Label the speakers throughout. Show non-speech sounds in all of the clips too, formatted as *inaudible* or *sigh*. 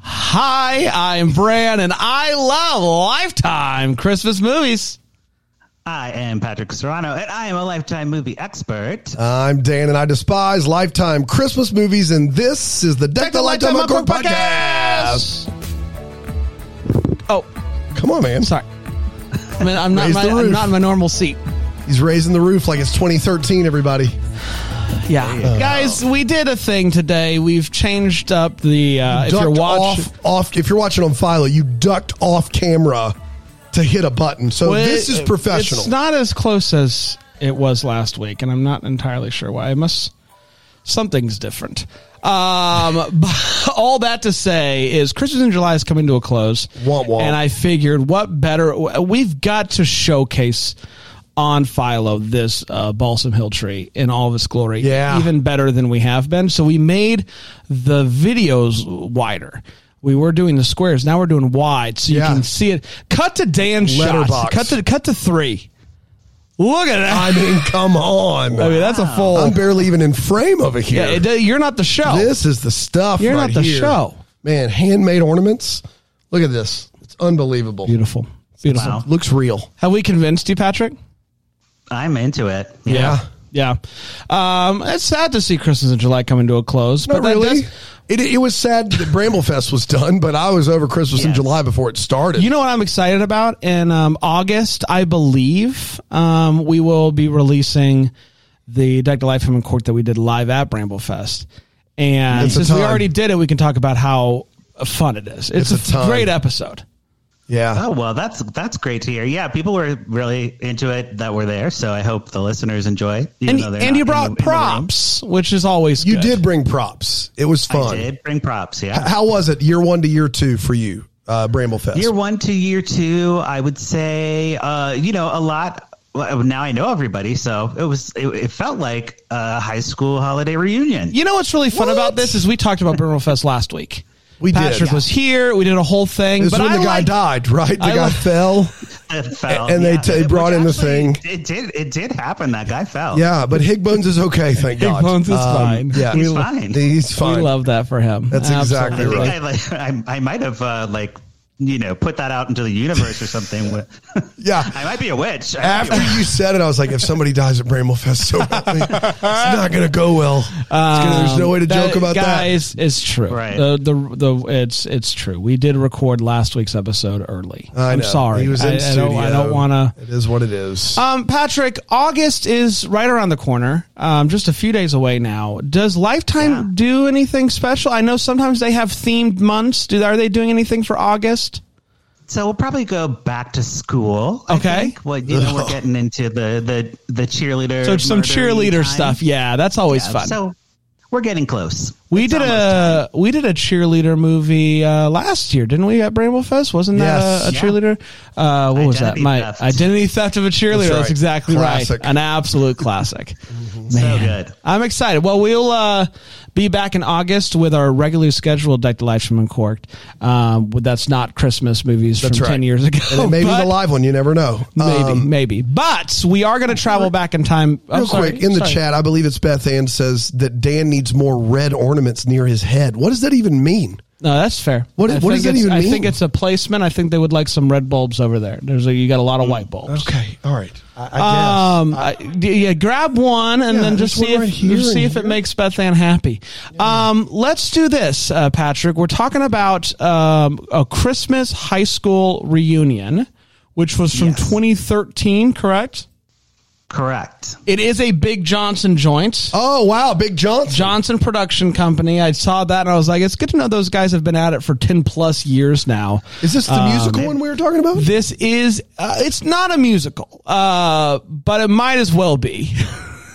Speaker 1: Hi, I'm Bran, and I love Lifetime Christmas movies.
Speaker 2: I am Patrick Serrano, and I am a lifetime movie expert.
Speaker 3: I'm Dan, and I despise Lifetime Christmas movies, and this is the Deck, the Lifetime Popcorn podcast.
Speaker 1: Oh,
Speaker 3: Come on, man.
Speaker 1: sorry. I mean, I'm not.
Speaker 3: Raise
Speaker 1: My,
Speaker 3: the
Speaker 1: I'm
Speaker 3: roof.
Speaker 1: not in my normal seat.
Speaker 3: He's raising the roof like it's 2013, everybody.
Speaker 1: Yeah, guys, we did a thing today. We've changed up the. Uh, if you're
Speaker 3: Ducked
Speaker 1: watching,
Speaker 3: off, off, if you're watching on Philo, you ducked off camera to hit a button. So
Speaker 1: Well,
Speaker 3: this
Speaker 1: it-
Speaker 3: is professional.
Speaker 1: It's not as close as it was last week, and I'm not entirely sure why. I must something's different. Um, *laughs* but all that to say is Christmas in July is coming to a close,
Speaker 3: Womp womp.
Speaker 1: and I figured what better we've got to showcase on Philo this uh, Balsam Hill tree in all of its glory,
Speaker 3: Yeah.
Speaker 1: even better than we have been. So we made the videos wider. We were doing the squares. Now we're doing wide, so you
Speaker 3: Yeah.
Speaker 1: can see it. Cut to Dan's
Speaker 3: Letterbox.
Speaker 1: shots. Cut to cut to three. Look at that.
Speaker 3: I mean, come on.
Speaker 1: I mean, that's a full.
Speaker 3: I'm barely even in frame over here.
Speaker 1: yeah, it- you're not the show.
Speaker 3: This is the stuff.
Speaker 1: You're
Speaker 3: right
Speaker 1: not the
Speaker 3: here.
Speaker 1: show.
Speaker 3: man. Handmade ornaments. Look at this. It's unbelievable.
Speaker 1: beautiful, beautiful.
Speaker 2: Wow.
Speaker 3: Looks real.
Speaker 1: Have we convinced you, Patrick?
Speaker 2: I'm into it.
Speaker 1: yeah. Um, it's sad to see Christmas in July coming to a close,
Speaker 3: Not
Speaker 1: but that
Speaker 3: really.
Speaker 1: does-
Speaker 3: It, it was sad that Bramblefest was done, but I was over Christmas in
Speaker 2: Yes.
Speaker 3: July before it started.
Speaker 1: you know what I'm excited about? In um, August, I believe um, we will be releasing the Deck to Life Home in Court that we did live at Bramble Fest. And
Speaker 3: It's a
Speaker 1: since we
Speaker 3: time.
Speaker 1: already did it, we can talk about how fun it is. It's,
Speaker 3: It's
Speaker 1: a,
Speaker 3: a time.
Speaker 1: great episode.
Speaker 3: yeah.
Speaker 2: Oh well, that's that's great to hear. Yeah, people were really into it that were there, so I hope the listeners enjoy. even
Speaker 1: And,
Speaker 2: though they're
Speaker 1: and
Speaker 2: not
Speaker 1: you
Speaker 2: in the-
Speaker 1: brought
Speaker 2: in the room.
Speaker 1: props, which is always
Speaker 3: You
Speaker 1: good.
Speaker 3: did bring props. It was
Speaker 2: I
Speaker 3: fun.
Speaker 2: did bring props. Yeah.
Speaker 3: How was it year one to year two for you, uh, Bramblefest?
Speaker 2: Year one to year two, I would say, uh, you know, a lot. well, Now I know everybody, so it was. It, it felt like a high school holiday reunion.
Speaker 1: You know what's really fun about this is we talked about Burnwell Fest last week.
Speaker 3: We did.
Speaker 1: Patrick was here. We did a whole thing.
Speaker 3: This is
Speaker 1: but
Speaker 3: when
Speaker 1: I
Speaker 3: the guy
Speaker 1: like-
Speaker 3: died, right? The
Speaker 1: I
Speaker 3: guy
Speaker 1: like-
Speaker 3: fell.
Speaker 2: It fell,
Speaker 3: And they t- they
Speaker 2: Which
Speaker 3: brought in the
Speaker 2: actually,
Speaker 3: thing.
Speaker 2: It did. It did happen. That guy fell.
Speaker 3: Yeah, but Higbones is okay, thank God. Um,
Speaker 1: Higbones is fine.
Speaker 3: Yeah,
Speaker 2: He's fine.
Speaker 3: He's
Speaker 1: We
Speaker 3: fine.
Speaker 1: love that for him.
Speaker 3: That's exactly
Speaker 2: I
Speaker 1: Absolutely.
Speaker 2: think
Speaker 3: right.
Speaker 2: I, like, I, I might have uh, like you know put that out into the universe
Speaker 1: *laughs*
Speaker 2: or something.
Speaker 3: yeah.
Speaker 2: *laughs* I might be a witch. I might be a
Speaker 3: After you said it, I was like, if somebody dies at Bramblefest so badly, it's not going to go well. It's gonna, there's no way to joke about that.
Speaker 1: Um, guys, It's true.
Speaker 2: Right.
Speaker 1: The, the the it's it's true. We did record last week's episode early.
Speaker 3: I
Speaker 1: am
Speaker 3: know.
Speaker 1: sorry.
Speaker 3: He was in
Speaker 1: I, I
Speaker 3: studio.
Speaker 1: don't, I don't want to.
Speaker 3: It is what it is.
Speaker 1: Um, Patrick, August is right around the corner. Um, just a few days away now. Does Lifetime
Speaker 2: Yeah.
Speaker 1: do anything special? I know sometimes they have themed months. Do are they doing anything for August?
Speaker 2: So we'll probably go back to school. I
Speaker 1: Okay.
Speaker 2: think. What you know, we're getting into the the the cheerleader.
Speaker 1: So some
Speaker 2: murdery
Speaker 1: cheerleader
Speaker 2: time.
Speaker 1: stuff. Yeah, that's always
Speaker 2: Yeah,
Speaker 1: fun.
Speaker 2: So we're getting close.
Speaker 1: we
Speaker 2: It's
Speaker 1: did
Speaker 2: almost
Speaker 1: a we did a cheerleader movie uh, last year, didn't we? At Bramble Fest, wasn't that a, a
Speaker 2: Yes.
Speaker 1: cheerleader? Uh, what was that?
Speaker 2: Identity
Speaker 1: My
Speaker 2: theft.
Speaker 1: identity theft of a cheerleader. That's,
Speaker 3: That's right.
Speaker 1: exactly
Speaker 3: Classic.
Speaker 1: right. An absolute classic.
Speaker 2: so good.
Speaker 1: I'm excited. Well, we'll uh, be back in August with our regularly scheduled Deck the Life from Uncorked. Um, but that's not Christmas movies
Speaker 3: That's
Speaker 1: from
Speaker 3: right.
Speaker 1: 10 years ago.
Speaker 3: and it may be
Speaker 1: but-
Speaker 3: the live one. You never know.
Speaker 1: Maybe,
Speaker 3: Um,
Speaker 1: maybe. But we are going to travel back in time. I'm
Speaker 3: real
Speaker 1: sorry,
Speaker 3: quick, in the
Speaker 1: sorry.
Speaker 3: chat, I believe it's Beth Ann says that Dan needs more red ornaments near his head. What does that even mean?
Speaker 1: No, that's fair.
Speaker 3: What-
Speaker 1: I
Speaker 3: what
Speaker 1: think
Speaker 3: does that
Speaker 1: it's-
Speaker 3: even
Speaker 1: I
Speaker 3: mean?
Speaker 1: think it's a placement. I think they would like some red bulbs over there. There's a, you got a lot of white bulbs.
Speaker 3: Okay. All right. I, I
Speaker 1: Um, I, d- yeah, grab one and
Speaker 3: Yeah,
Speaker 1: then just
Speaker 3: there's
Speaker 1: see
Speaker 3: one
Speaker 1: if
Speaker 3: right here
Speaker 1: see
Speaker 3: and
Speaker 1: if it
Speaker 3: here.
Speaker 1: makes Beth Ann happy. Um, let's do this, uh, Patrick. We're talking about um, a Christmas high school reunion, which was from
Speaker 2: Yes.
Speaker 1: 2013, correct?
Speaker 2: Correct.
Speaker 1: It is a Big Johnson joint.
Speaker 3: Oh, wow. Big Johnson.
Speaker 1: Johnson Production Company. I saw that and I was like, it's good to know those guys have been at it for 10 plus years now.
Speaker 3: Is this the
Speaker 1: Um,
Speaker 3: musical one we were talking about?
Speaker 1: This is, uh, it's not a musical, uh, but it might as well be. *laughs*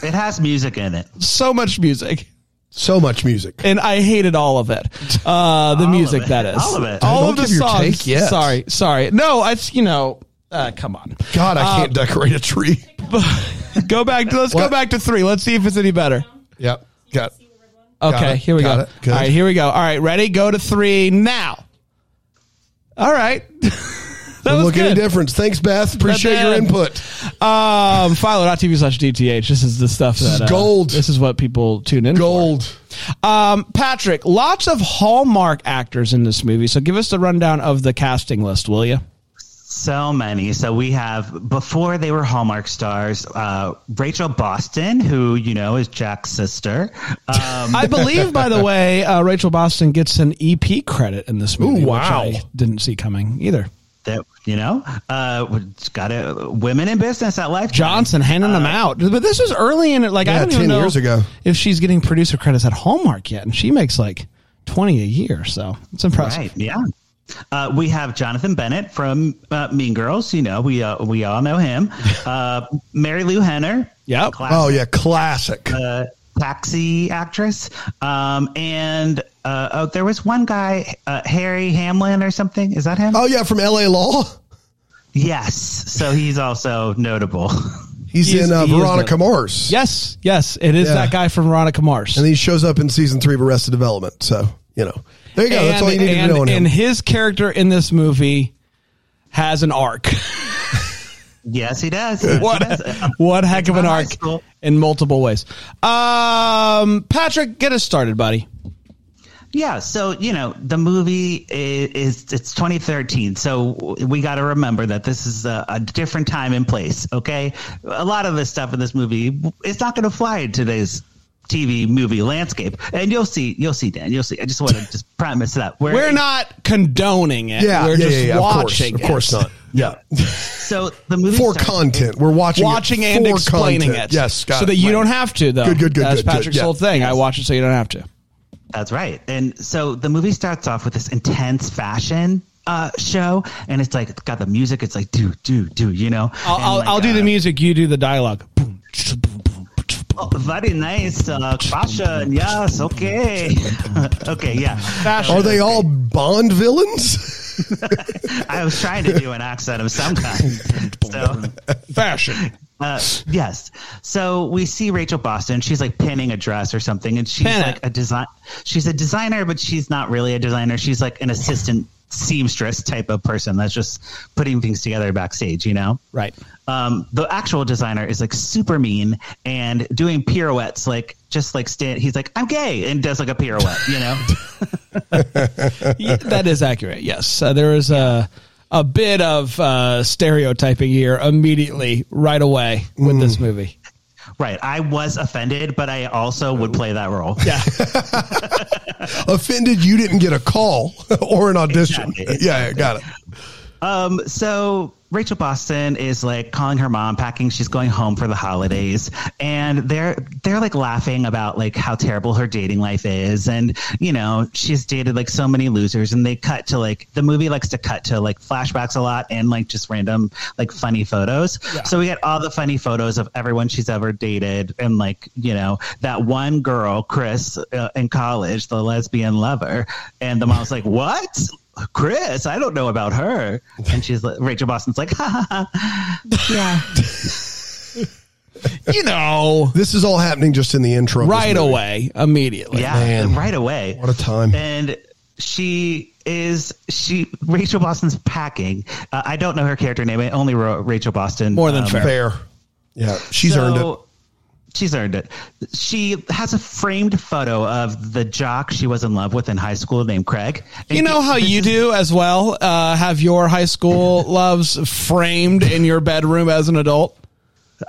Speaker 2: It has music in it.
Speaker 1: so much music.
Speaker 3: so much music.
Speaker 1: And I hated all of it. Uh,
Speaker 2: *laughs*
Speaker 1: the music
Speaker 2: it.
Speaker 1: that is.
Speaker 2: All of it.
Speaker 1: All
Speaker 3: Don't
Speaker 1: of the
Speaker 3: give your
Speaker 1: songs.
Speaker 3: take yet.
Speaker 1: Sorry, sorry. No, it's you know, uh, come on.
Speaker 3: God, I can't
Speaker 1: um,
Speaker 3: decorate a tree.
Speaker 1: *laughs* Go back to let's go
Speaker 3: What?
Speaker 1: back to three. Let's see if it's any better.
Speaker 3: Yep. Got
Speaker 1: Okay,
Speaker 3: it.
Speaker 1: here we
Speaker 3: Got
Speaker 1: go.
Speaker 3: it. Good.
Speaker 1: All right, *laughs* here we go. All right, ready? Go to three now. All right. That was
Speaker 3: look any
Speaker 1: good.
Speaker 3: difference. Thanks, Beth. Appreciate your
Speaker 1: bad.
Speaker 3: input.
Speaker 1: Um, Philo.tv slash DTH. This is the stuff that. uh,
Speaker 3: is gold.
Speaker 1: This is what people tune in
Speaker 3: Gold.
Speaker 1: for. Um, Patrick, lots of Hallmark actors in this movie. So give us the rundown of the casting list, will you?
Speaker 2: So many. So we have before they were Hallmark stars, uh, Rachel Boston, who you know is
Speaker 1: *laughs*
Speaker 2: Jack's sister. Um,
Speaker 1: I believe, by
Speaker 3: *laughs*
Speaker 1: the way, uh, Rachel Boston gets an EP credit in this movie. which
Speaker 3: Ooh, wow.
Speaker 1: I didn't see coming either.
Speaker 2: that you know, uh, got it. Women in business at Life.
Speaker 1: Johnson handing them out, but this was early in it. Like I
Speaker 3: Uh, Yeah,
Speaker 1: don't even
Speaker 3: 10
Speaker 1: know
Speaker 3: years ago.
Speaker 1: if she's getting producer credits at Hallmark yet, and she makes like twenty a year. So it's impressive.
Speaker 2: Right. Yeah. Uh, we have Jonathan Bennett from uh, Mean Girls. You know, we uh, we all know him. Uh, Mary Lou Henner.
Speaker 1: Yep.
Speaker 2: Classic,
Speaker 3: Oh yeah, classic.
Speaker 2: Uh, taxi actress. Um, and uh, oh, there was one guy, uh, Harry Hamlin or something. Is that him?
Speaker 3: Oh yeah, from L.A. Law.
Speaker 2: Yes. So he's also notable. *laughs*
Speaker 3: He's,
Speaker 1: He's-
Speaker 3: in uh,
Speaker 1: he is
Speaker 3: Veronica
Speaker 1: the-
Speaker 3: Mars.
Speaker 1: Yes, yes, it is
Speaker 3: Yeah.
Speaker 1: that guy from Veronica Mars.
Speaker 3: and he shows up in season three of Arrested Development. So you know, there you go. That's all you need to
Speaker 1: and-
Speaker 3: know on him.
Speaker 1: And his character in this movie has an arc. *laughs*
Speaker 2: yes, he does.
Speaker 1: What,
Speaker 2: He does. Uh,
Speaker 1: what heck of an
Speaker 2: not high
Speaker 1: arc
Speaker 2: school.
Speaker 1: in multiple ways. Um, Patrick, get us started, buddy.
Speaker 2: Yeah, so you know the movie is, is it's 2013, so we got to remember that this is a, a different time and place. Okay, a lot of this stuff in this movie it's not going to fly in today's TV movie landscape, and you'll see, you'll see, Dan, you'll see. I just want
Speaker 1: *laughs*
Speaker 2: to just premise that
Speaker 1: We're not condoning it.
Speaker 3: yeah,
Speaker 1: we're
Speaker 3: yeah,
Speaker 1: just
Speaker 3: yeah, yeah, of course,
Speaker 1: watching.
Speaker 3: of course
Speaker 1: it.
Speaker 3: not. Yeah,
Speaker 2: so the movie
Speaker 3: *laughs* for
Speaker 2: starts-
Speaker 3: content, we're watching,
Speaker 1: *laughs*
Speaker 3: it
Speaker 1: Watching and
Speaker 3: for
Speaker 1: explaining
Speaker 3: content.
Speaker 1: it.
Speaker 3: Yes, got
Speaker 1: so
Speaker 3: it.
Speaker 1: that you
Speaker 3: Right.
Speaker 1: don't have to though.
Speaker 3: Good, good, good,
Speaker 1: That's
Speaker 3: good, good,
Speaker 1: Patrick's
Speaker 3: yeah.
Speaker 1: whole thing. I watch it so you don't have to.
Speaker 2: That's right. And so the movie starts off with this intense fashion uh, show, and it's like it's got the music. It's like do do do, you know.
Speaker 1: I'll,
Speaker 2: And
Speaker 1: I'll,
Speaker 2: like,
Speaker 1: I'll do
Speaker 2: uh,
Speaker 1: the music. You do the dialogue. Boom, ch- boom, boom, ch- boom.
Speaker 2: Oh, very nice uh, fashion. Yes, okay, *laughs* okay, yeah.
Speaker 1: Fashion.
Speaker 3: Are they all Bond villains? *laughs*
Speaker 2: I was trying to do an accent of some kind. So,
Speaker 1: Oh, fashion.
Speaker 2: uh, yes. So we see Rachel Boston. She's like pinning a dress or something, and she's
Speaker 1: Pin it.
Speaker 2: like a design. She's a designer, but she's not really a designer. She's like an assistant seamstress type of person that's just putting things together backstage. You know.
Speaker 1: Right.
Speaker 2: um, the actual designer is like super mean and doing pirouettes, like just like stand. He's like, "I'm gay," and does like a pirouette, you know.
Speaker 1: Yeah, that is accurate. Yes, uh, there is a a bit of uh, stereotyping here immediately, right away with this
Speaker 3: Mm.
Speaker 1: movie.
Speaker 2: right. I was offended, but I also would play that role.
Speaker 1: Yeah,
Speaker 3: Offended you didn't get a call *laughs* or an audition?
Speaker 2: Exactly.
Speaker 3: *laughs* Yeah, yeah, got it.
Speaker 2: Um, so Rachel Boston is like calling her mom, packing. She's going home for the holidays, and they're they're like laughing about like how terrible her dating life is, and you know she's dated like so many losers. And they cut to like the movie likes to cut to like flashbacks a lot and like just random like funny photos. So we get all the funny photos of everyone she's ever dated, and like you know that one girl, Chris, uh, in college, the lesbian lover, and the mom's like, "What?" Chris, I don't know about her. And she's like, Rachel Boston's like, ha ha ha. Yeah.
Speaker 1: *laughs* you know,
Speaker 3: This is all happening just in the intro. of this
Speaker 1: right
Speaker 3: movie.
Speaker 1: away, immediately.
Speaker 2: Yeah.
Speaker 3: Man.
Speaker 2: Right away.
Speaker 3: What a time.
Speaker 2: And she is, she, Rachel Boston's packing. Uh, I don't know her character name. I only wrote Rachel Boston.
Speaker 1: More than
Speaker 2: um,
Speaker 1: fair.
Speaker 3: Fair. Yeah, she's
Speaker 2: so-
Speaker 3: earned it.
Speaker 2: She's earned it. She has a framed photo of the jock she was in love with in high school named Craig.
Speaker 1: You know how you do as well. Uh, have your high school loves framed in your bedroom as an adult.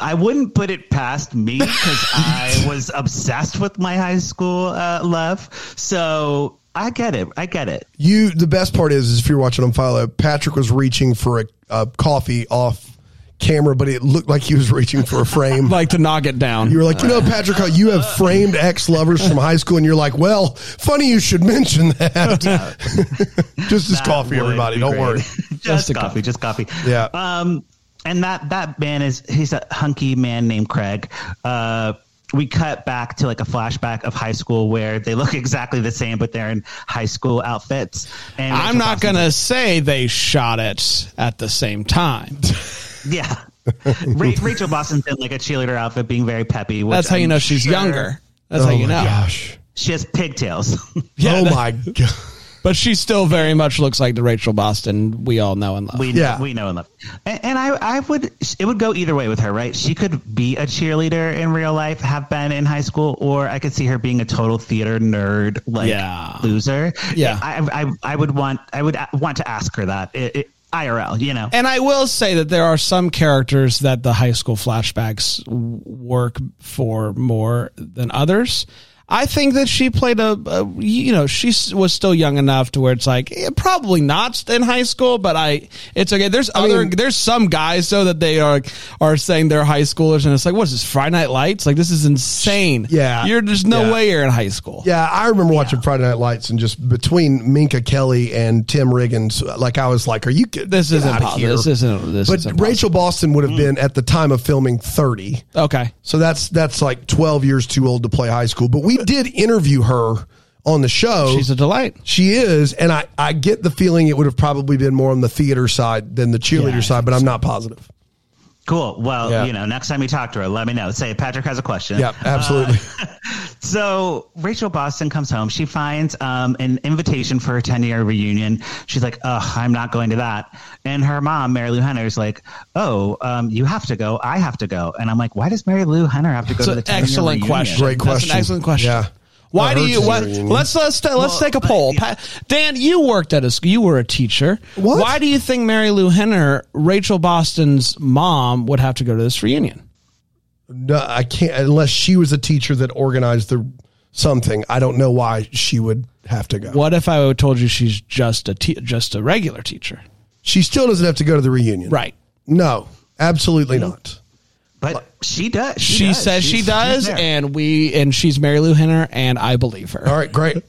Speaker 2: I wouldn't put it past
Speaker 1: *laughs*
Speaker 2: me because I was obsessed with my high school uh, love. So I get it. I get it.
Speaker 3: You. The best part is, is if you're watching on Philo, Patrick was reaching for a, a coffee off camera, but it looked like he was reaching for
Speaker 1: *laughs*
Speaker 3: a frame.
Speaker 1: Like to knock it down.
Speaker 3: You were like, you know, Patrick, how you have framed ex lovers from high school, and you're like, well, funny you should mention that. *laughs* Just as
Speaker 2: That
Speaker 3: coffee,
Speaker 2: would
Speaker 3: everybody.
Speaker 2: be
Speaker 3: Don't
Speaker 2: great. *laughs*
Speaker 3: worry.
Speaker 2: just,
Speaker 1: Just a
Speaker 2: coffee,
Speaker 1: coffee.
Speaker 2: Just coffee.
Speaker 3: Yeah.
Speaker 2: Um, and that that man is he's a hunky man named Craig. Uh, we cut back to like a flashback of high school where they look *laughs* exactly the same, but they're in high school outfits. And
Speaker 1: I'm
Speaker 2: Rachel
Speaker 1: not
Speaker 2: Blossom's
Speaker 1: going to say they shot it at the same time.
Speaker 2: Yeah.
Speaker 1: *laughs*
Speaker 2: Ra- Rachel Boston's in like a cheerleader outfit, being very peppy. which
Speaker 1: That's how you
Speaker 2: *laughs* I'm
Speaker 1: know she's
Speaker 2: sure-
Speaker 1: younger. That's
Speaker 3: oh
Speaker 1: how you
Speaker 3: my
Speaker 1: know.
Speaker 3: gosh.
Speaker 2: She has pigtails. *laughs*
Speaker 1: Yeah,
Speaker 3: oh
Speaker 1: that-
Speaker 3: my god.
Speaker 1: But she still very much looks like the Rachel Boston we all know and love.
Speaker 2: We
Speaker 3: Yeah.
Speaker 2: we know and love. And, and I I would it would go either way with her, right? She could be a cheerleader in real life, have been in high school, or I could see her being a total theater nerd, like
Speaker 1: Yeah.
Speaker 2: loser.
Speaker 1: Yeah.
Speaker 2: I, I I would want I would a- want to ask her that it, it, IRL, you know.
Speaker 1: and I will say that there are some characters that the high school flashbacks w- work for more than others. I think that she played a, a you know, she s- was still young enough to where it's like eh, probably not in high school, but I it's okay. There's other
Speaker 3: mean-
Speaker 1: there's some guys though that they are are saying they're high schoolers, and it's like what's this Friday Night Lights? Like this is insane.
Speaker 3: Yeah.
Speaker 1: you're there's no
Speaker 3: Yeah.
Speaker 1: way you're in high school.
Speaker 3: Yeah, I remember watching Friday Night Lights and just between Minka Kelly and Tim Riggins, like I was like, "Are you kidding?
Speaker 1: This
Speaker 3: Get
Speaker 1: isn't
Speaker 3: outta
Speaker 1: possible.
Speaker 3: here."
Speaker 1: This isn't- this
Speaker 3: but
Speaker 1: isn't Mm.
Speaker 3: Rachel Boston would have been at the time of filming thirty,
Speaker 1: Okay.
Speaker 3: so that's that's like twelve years too old to play high school. But we did interview her on the show.
Speaker 1: She's a delight.
Speaker 3: she is, and I I get the feeling it would have probably been more on the theater side than the cheerleader
Speaker 1: Yeah, I
Speaker 3: side, but I'm not positive.
Speaker 2: Cool. Well,
Speaker 3: Yeah.
Speaker 2: you know, next time you talk to her, let me know. Say Patrick has a question.
Speaker 3: Yeah,
Speaker 1: Uh,
Speaker 3: absolutely.
Speaker 2: So Rachel Boston comes home. She finds um, an invitation for her 10 year reunion. She's like, ugh, I'm not going to that. And her mom, Mary Lou Henner, is like, oh, um, you have to go. I have to go. And I'm like, why does Mary Lou Henner have to go
Speaker 1: It's
Speaker 2: to the
Speaker 1: an
Speaker 2: 10 year
Speaker 1: excellent question.
Speaker 3: Great
Speaker 1: That's
Speaker 3: question.
Speaker 1: an excellent question.
Speaker 3: Yeah.
Speaker 1: Why
Speaker 3: I
Speaker 1: do
Speaker 3: heard
Speaker 1: you?
Speaker 3: she's
Speaker 1: What,
Speaker 3: a reunion.
Speaker 1: let's let's let's
Speaker 2: Well,
Speaker 1: take a
Speaker 2: but-
Speaker 1: poll.
Speaker 2: yeah.
Speaker 1: Pa- Dan, you worked at a school. You were a teacher.
Speaker 3: What?
Speaker 1: Why do you think Mary Lou Henner, Rachel Boston's mom, would have to go to this reunion?
Speaker 3: No, I can't unless she was a teacher that organized the something. I don't know why she would have to go.
Speaker 1: What if I told you she's just a te- just a regular teacher?
Speaker 3: She still doesn't have to go to the reunion.
Speaker 1: Right. Mm-hmm.
Speaker 3: No, absolutely not.
Speaker 2: But she does. She,
Speaker 1: She
Speaker 2: does.
Speaker 1: says
Speaker 2: She's-
Speaker 1: she
Speaker 2: she's
Speaker 1: does,
Speaker 2: there.
Speaker 1: and we and she's Mary Lou Henner, and I believe her.
Speaker 3: All right, great.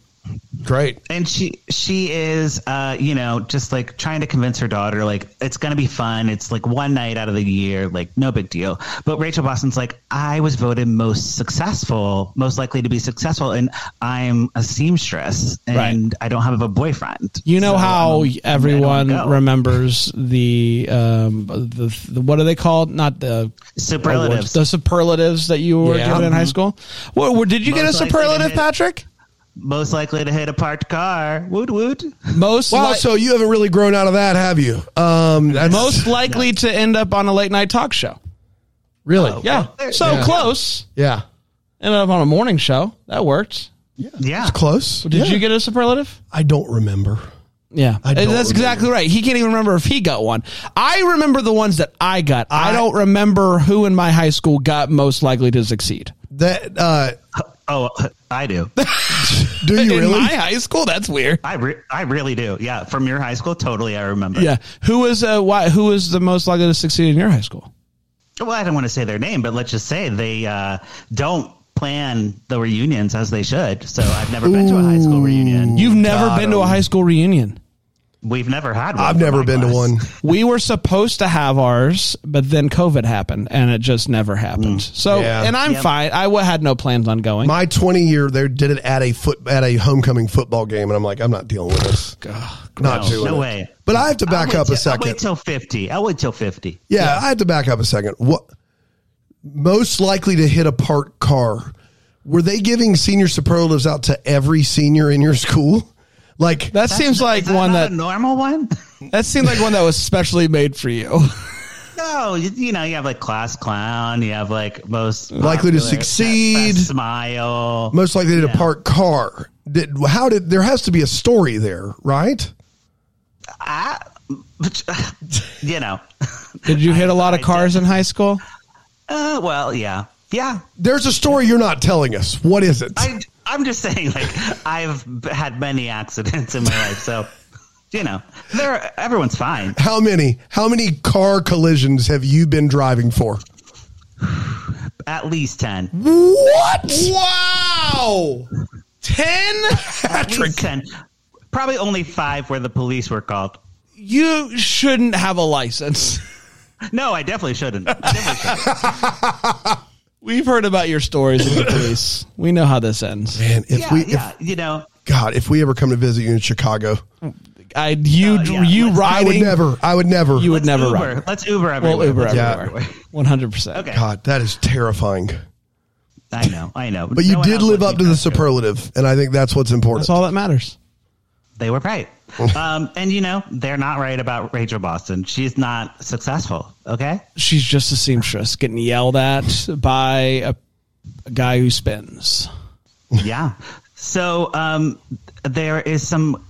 Speaker 3: Great.
Speaker 2: and she she is uh you know just like trying to convince her daughter like it's gonna be fun it's like one night out of the year like no big deal but rachel boston's like i was voted most successful most likely to be successful and i'm a seamstress
Speaker 1: Right.
Speaker 2: and i don't have a boyfriend
Speaker 1: You know
Speaker 2: So I'm- I
Speaker 1: how
Speaker 2: don't
Speaker 1: everyone
Speaker 2: go."
Speaker 1: remembers the um the, the what are they called? Not the awards,
Speaker 2: superlatives
Speaker 1: the superlatives that you were
Speaker 3: Yeah.
Speaker 1: given in high school. What, what- did you get a
Speaker 2: Most likely to
Speaker 1: superlative,
Speaker 2: hit-
Speaker 1: Patrick?
Speaker 2: most likely to hit a parked car woot woot
Speaker 1: Most
Speaker 3: Wow,
Speaker 1: li-
Speaker 3: so you haven't really grown out of that, have you? Um, that's *laughs*
Speaker 1: most likely to end up on a late night talk show.
Speaker 3: really,
Speaker 1: Oh, Yeah,
Speaker 2: there-
Speaker 1: so
Speaker 3: yeah.
Speaker 1: close.
Speaker 3: yeah,
Speaker 1: Ended up on a morning show. That worked.
Speaker 2: yeah
Speaker 3: it's close.
Speaker 1: Did
Speaker 3: Yeah.
Speaker 1: you get a superlative?
Speaker 3: I don't remember.
Speaker 1: Yeah,
Speaker 3: I don't
Speaker 1: And that's
Speaker 3: remember.
Speaker 1: exactly right. He can't even remember if he got one. I remember the ones that I got. I, don't remember who in my high school got most likely to succeed.
Speaker 3: That uh,
Speaker 2: oh i do
Speaker 3: do
Speaker 1: *laughs*
Speaker 3: you
Speaker 1: in
Speaker 3: really?
Speaker 1: my high school, that's weird.
Speaker 2: i re- i really do yeah from your high school totally i remember
Speaker 1: Yeah, who was uh, why, who was the most likely to succeed in your high school?
Speaker 2: Well, I don't want to say their name, but let's just say they uh, don't plan the reunions as they should. So I've never been to a high school reunion.
Speaker 1: You've never been to a high school reunion.
Speaker 2: We've never had one.
Speaker 3: I've
Speaker 2: for
Speaker 3: never
Speaker 2: my
Speaker 3: been to
Speaker 2: class.
Speaker 3: one.
Speaker 1: we were supposed to have ours, but then COVID happened and it just never happened. So,
Speaker 3: Mm. Yeah.
Speaker 1: and I'm
Speaker 2: Yep.
Speaker 1: fine. I w- had no plans on going.
Speaker 3: My twenty year, they did it at a foot at a homecoming football game, and I'm like, I'm not dealing with this. not
Speaker 2: No,
Speaker 3: doing
Speaker 2: no
Speaker 3: it.
Speaker 2: way.
Speaker 3: But I have to
Speaker 2: I'll
Speaker 3: back
Speaker 2: wait
Speaker 3: up
Speaker 2: till-
Speaker 3: a
Speaker 2: I'll
Speaker 3: second.
Speaker 2: wait till 50. I'll wait till 50.
Speaker 3: Yeah, I have to back up a second. What most likely to hit a parked car? Were they giving senior superlatives out to every senior in your school? Like
Speaker 1: that seems like
Speaker 2: Is that
Speaker 1: one
Speaker 2: not
Speaker 1: that
Speaker 2: a normal one?
Speaker 1: that seemed like one that was specially made for you. *laughs*
Speaker 2: no, you, you know, you have like class clown, you have like most
Speaker 3: Likely to
Speaker 2: popular,
Speaker 3: succeed.
Speaker 2: best smile.
Speaker 3: most likely to park car. Did, how did there has to be a story there, right?
Speaker 2: I, *laughs* you know.
Speaker 1: Did you hit a lot of cars in high school?
Speaker 2: Uh, well, yeah. Yeah.
Speaker 3: There's a story you're not telling us. What is it?
Speaker 2: I, I'm just saying, like, I've b- had many accidents in my life, so you know, there everyone's fine.
Speaker 3: how many? How many car collisions have you been driving for?
Speaker 2: At least ten.
Speaker 3: What?
Speaker 1: Wow, *laughs* ten.
Speaker 2: At least ten. Probably only five where the police were called.
Speaker 1: You shouldn't have a license.
Speaker 2: No, I definitely shouldn't.
Speaker 1: *laughs*
Speaker 2: I definitely shouldn't.
Speaker 1: We've heard about your stories with the police. We know how this ends.
Speaker 3: Man, if
Speaker 2: Yeah,
Speaker 3: we, if,
Speaker 2: yeah. You know,
Speaker 3: God, if we you ever come to visit you in Chicago,
Speaker 1: I you
Speaker 2: Oh, yeah.
Speaker 1: you
Speaker 2: Let's-
Speaker 3: I
Speaker 1: riding
Speaker 3: would never. I would never.
Speaker 1: you would
Speaker 2: let's
Speaker 1: never
Speaker 2: Uber.
Speaker 1: ride.
Speaker 2: Let's Uber everywhere.
Speaker 1: Well, Uber
Speaker 2: Let's
Speaker 3: Yeah. *laughs*
Speaker 1: everywhere, one hundred percent.
Speaker 2: Okay.
Speaker 3: God, that is terrifying.
Speaker 2: I know. I know.
Speaker 3: But you did live up to the superlative, and I think that's what's important.
Speaker 1: That's all that matters.
Speaker 2: They
Speaker 1: *laughs*
Speaker 2: were right. um, and you know, they're not right about Rachel Boston. She's not successful. Okay.
Speaker 1: She's just a seamstress getting yelled at by a, a guy who spins.
Speaker 2: yeah. So um, there is some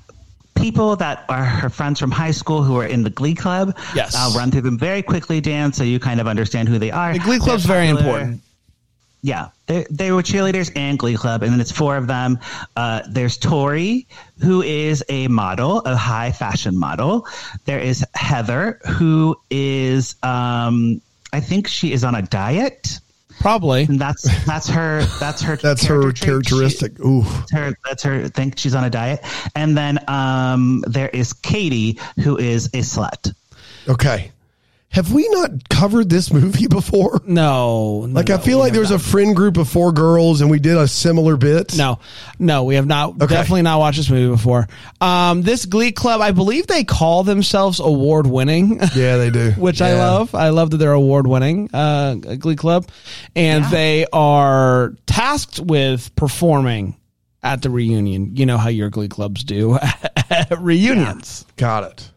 Speaker 2: people that are her friends from high school who are in the Glee Club.
Speaker 1: Yes.
Speaker 2: I'll run through them very quickly, Dan, so you kind of understand who they are.
Speaker 1: The Glee Club's
Speaker 2: They're
Speaker 1: very
Speaker 2: popular.
Speaker 1: important.
Speaker 2: Yeah, they, they were cheerleaders and Glee Club, and then it's four of them. Uh, there's Tori, who is a model, a high fashion model. There is Heather, who is, um, I think she is on a diet.
Speaker 1: Probably.
Speaker 2: And that's that's her
Speaker 1: *laughs*
Speaker 2: that's her
Speaker 3: That's
Speaker 2: character
Speaker 3: her
Speaker 2: trait. She-
Speaker 3: characteristic. Ooh.
Speaker 2: her that's her think she's on a diet and then um there is katie who is a slut
Speaker 3: Okay. Have we not covered this movie *laughs* before?
Speaker 1: No. no,
Speaker 3: Like I
Speaker 1: no,
Speaker 3: feel
Speaker 1: we
Speaker 3: like
Speaker 1: have
Speaker 3: there's
Speaker 1: not.
Speaker 3: a friend group of four girls and we did a similar bit.
Speaker 1: No, no, we have not definitely not watched this movie before. Um, this Glee Club, I believe they call themselves award *laughs* winning,
Speaker 3: Yeah, they do.
Speaker 1: which I
Speaker 3: Yeah.
Speaker 1: love. I love that they're award winning uh, Glee Club, and they are tasked with performing at the reunion. You know how your Glee clubs do *laughs* at reunions.
Speaker 3: Got it.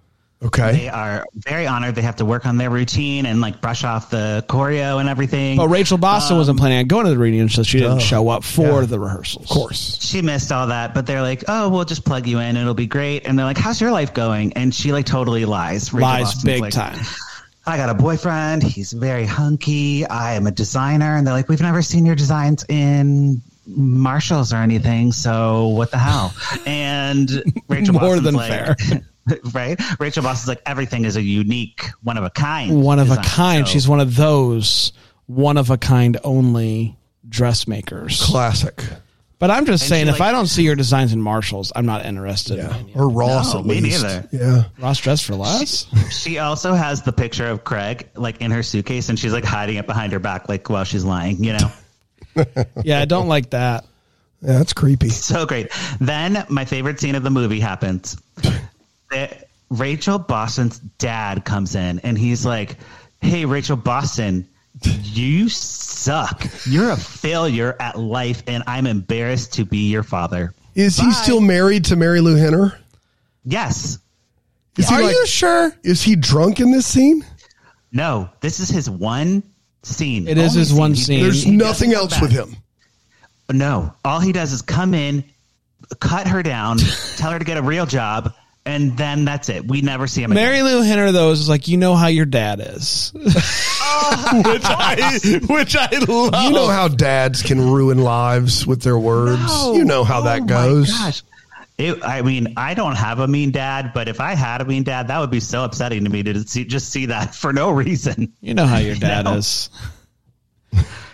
Speaker 3: Okay.
Speaker 2: they are very honored they have to work on their routine and like brush off the choreo and everything
Speaker 1: But Rachel Boston wasn't planning on going to the reunion, so she didn't show up for the rehearsals.
Speaker 3: Of course.
Speaker 2: she missed all that but they're like oh we'll just plug you in it'll be great and they're like how's your life going and she like totally lies Rachel
Speaker 1: lies
Speaker 2: Boston's
Speaker 1: big
Speaker 2: like, *sighs*
Speaker 1: time.
Speaker 2: I got a boyfriend. He's very hunky. I am a designer. And they're like, we've never seen your designs in Marshalls or anything. So what
Speaker 1: *laughs*
Speaker 2: the hell? And Rachel
Speaker 1: More
Speaker 2: Boston's
Speaker 1: than
Speaker 2: like,
Speaker 1: fair.
Speaker 2: *laughs* right? Rachel Boston's like, everything is a unique, one of a kind.
Speaker 1: one of a
Speaker 2: design."
Speaker 1: kind.
Speaker 2: So-
Speaker 1: She's one of those one of a kind only dressmakers.
Speaker 3: Classic.
Speaker 1: But I'm just saying,
Speaker 2: she,
Speaker 1: if
Speaker 2: like-
Speaker 1: I don't see your designs in Marshalls, I'm not interested.
Speaker 3: Yeah.
Speaker 1: In it.
Speaker 3: Or Ross
Speaker 2: No,
Speaker 3: at
Speaker 2: me
Speaker 3: least.
Speaker 2: neither.
Speaker 3: Yeah.
Speaker 1: Ross dressed for less.
Speaker 2: she also has the picture of Craig like in her suitcase and she's like hiding it behind her back, like while she's lying, you know?
Speaker 1: yeah, I don't like that.
Speaker 3: Yeah, that's creepy.
Speaker 2: So great. Then my favorite scene of the
Speaker 1: *laughs*
Speaker 2: movie happens. That Rachel Boston's dad comes in and he's like, Hey, Rachel Boston, you suck. You're a failure at life, and I'm embarrassed to be your father.
Speaker 3: Is he still married to Mary Lou Henner?
Speaker 2: Yes.
Speaker 3: Is he
Speaker 1: Are
Speaker 3: like-
Speaker 1: you sure?
Speaker 3: Is he drunk in this scene?
Speaker 2: No, this is his one scene.
Speaker 1: It is
Speaker 2: Only
Speaker 1: his one
Speaker 2: He-
Speaker 1: scene.
Speaker 3: There's
Speaker 2: he doesn't
Speaker 3: nothing
Speaker 2: come
Speaker 3: else
Speaker 2: back.
Speaker 3: with him.
Speaker 2: No, all he does is come in, cut
Speaker 1: *laughs*
Speaker 2: her down, tell her to get a real job, and then that's it. We never see him again.
Speaker 1: Mary Lou Henner though is like you know how your dad is, which I
Speaker 3: *laughs*
Speaker 1: which I love.
Speaker 3: You know how dads can ruin lives with their words. You know how
Speaker 2: Oh
Speaker 3: that
Speaker 2: my
Speaker 3: goes.
Speaker 2: gosh. It, I mean, I don't have a mean dad, but if I had a mean dad, that would be so upsetting to me to see, just see that *laughs* for no reason.
Speaker 1: You know how your dad
Speaker 2: No.
Speaker 1: is.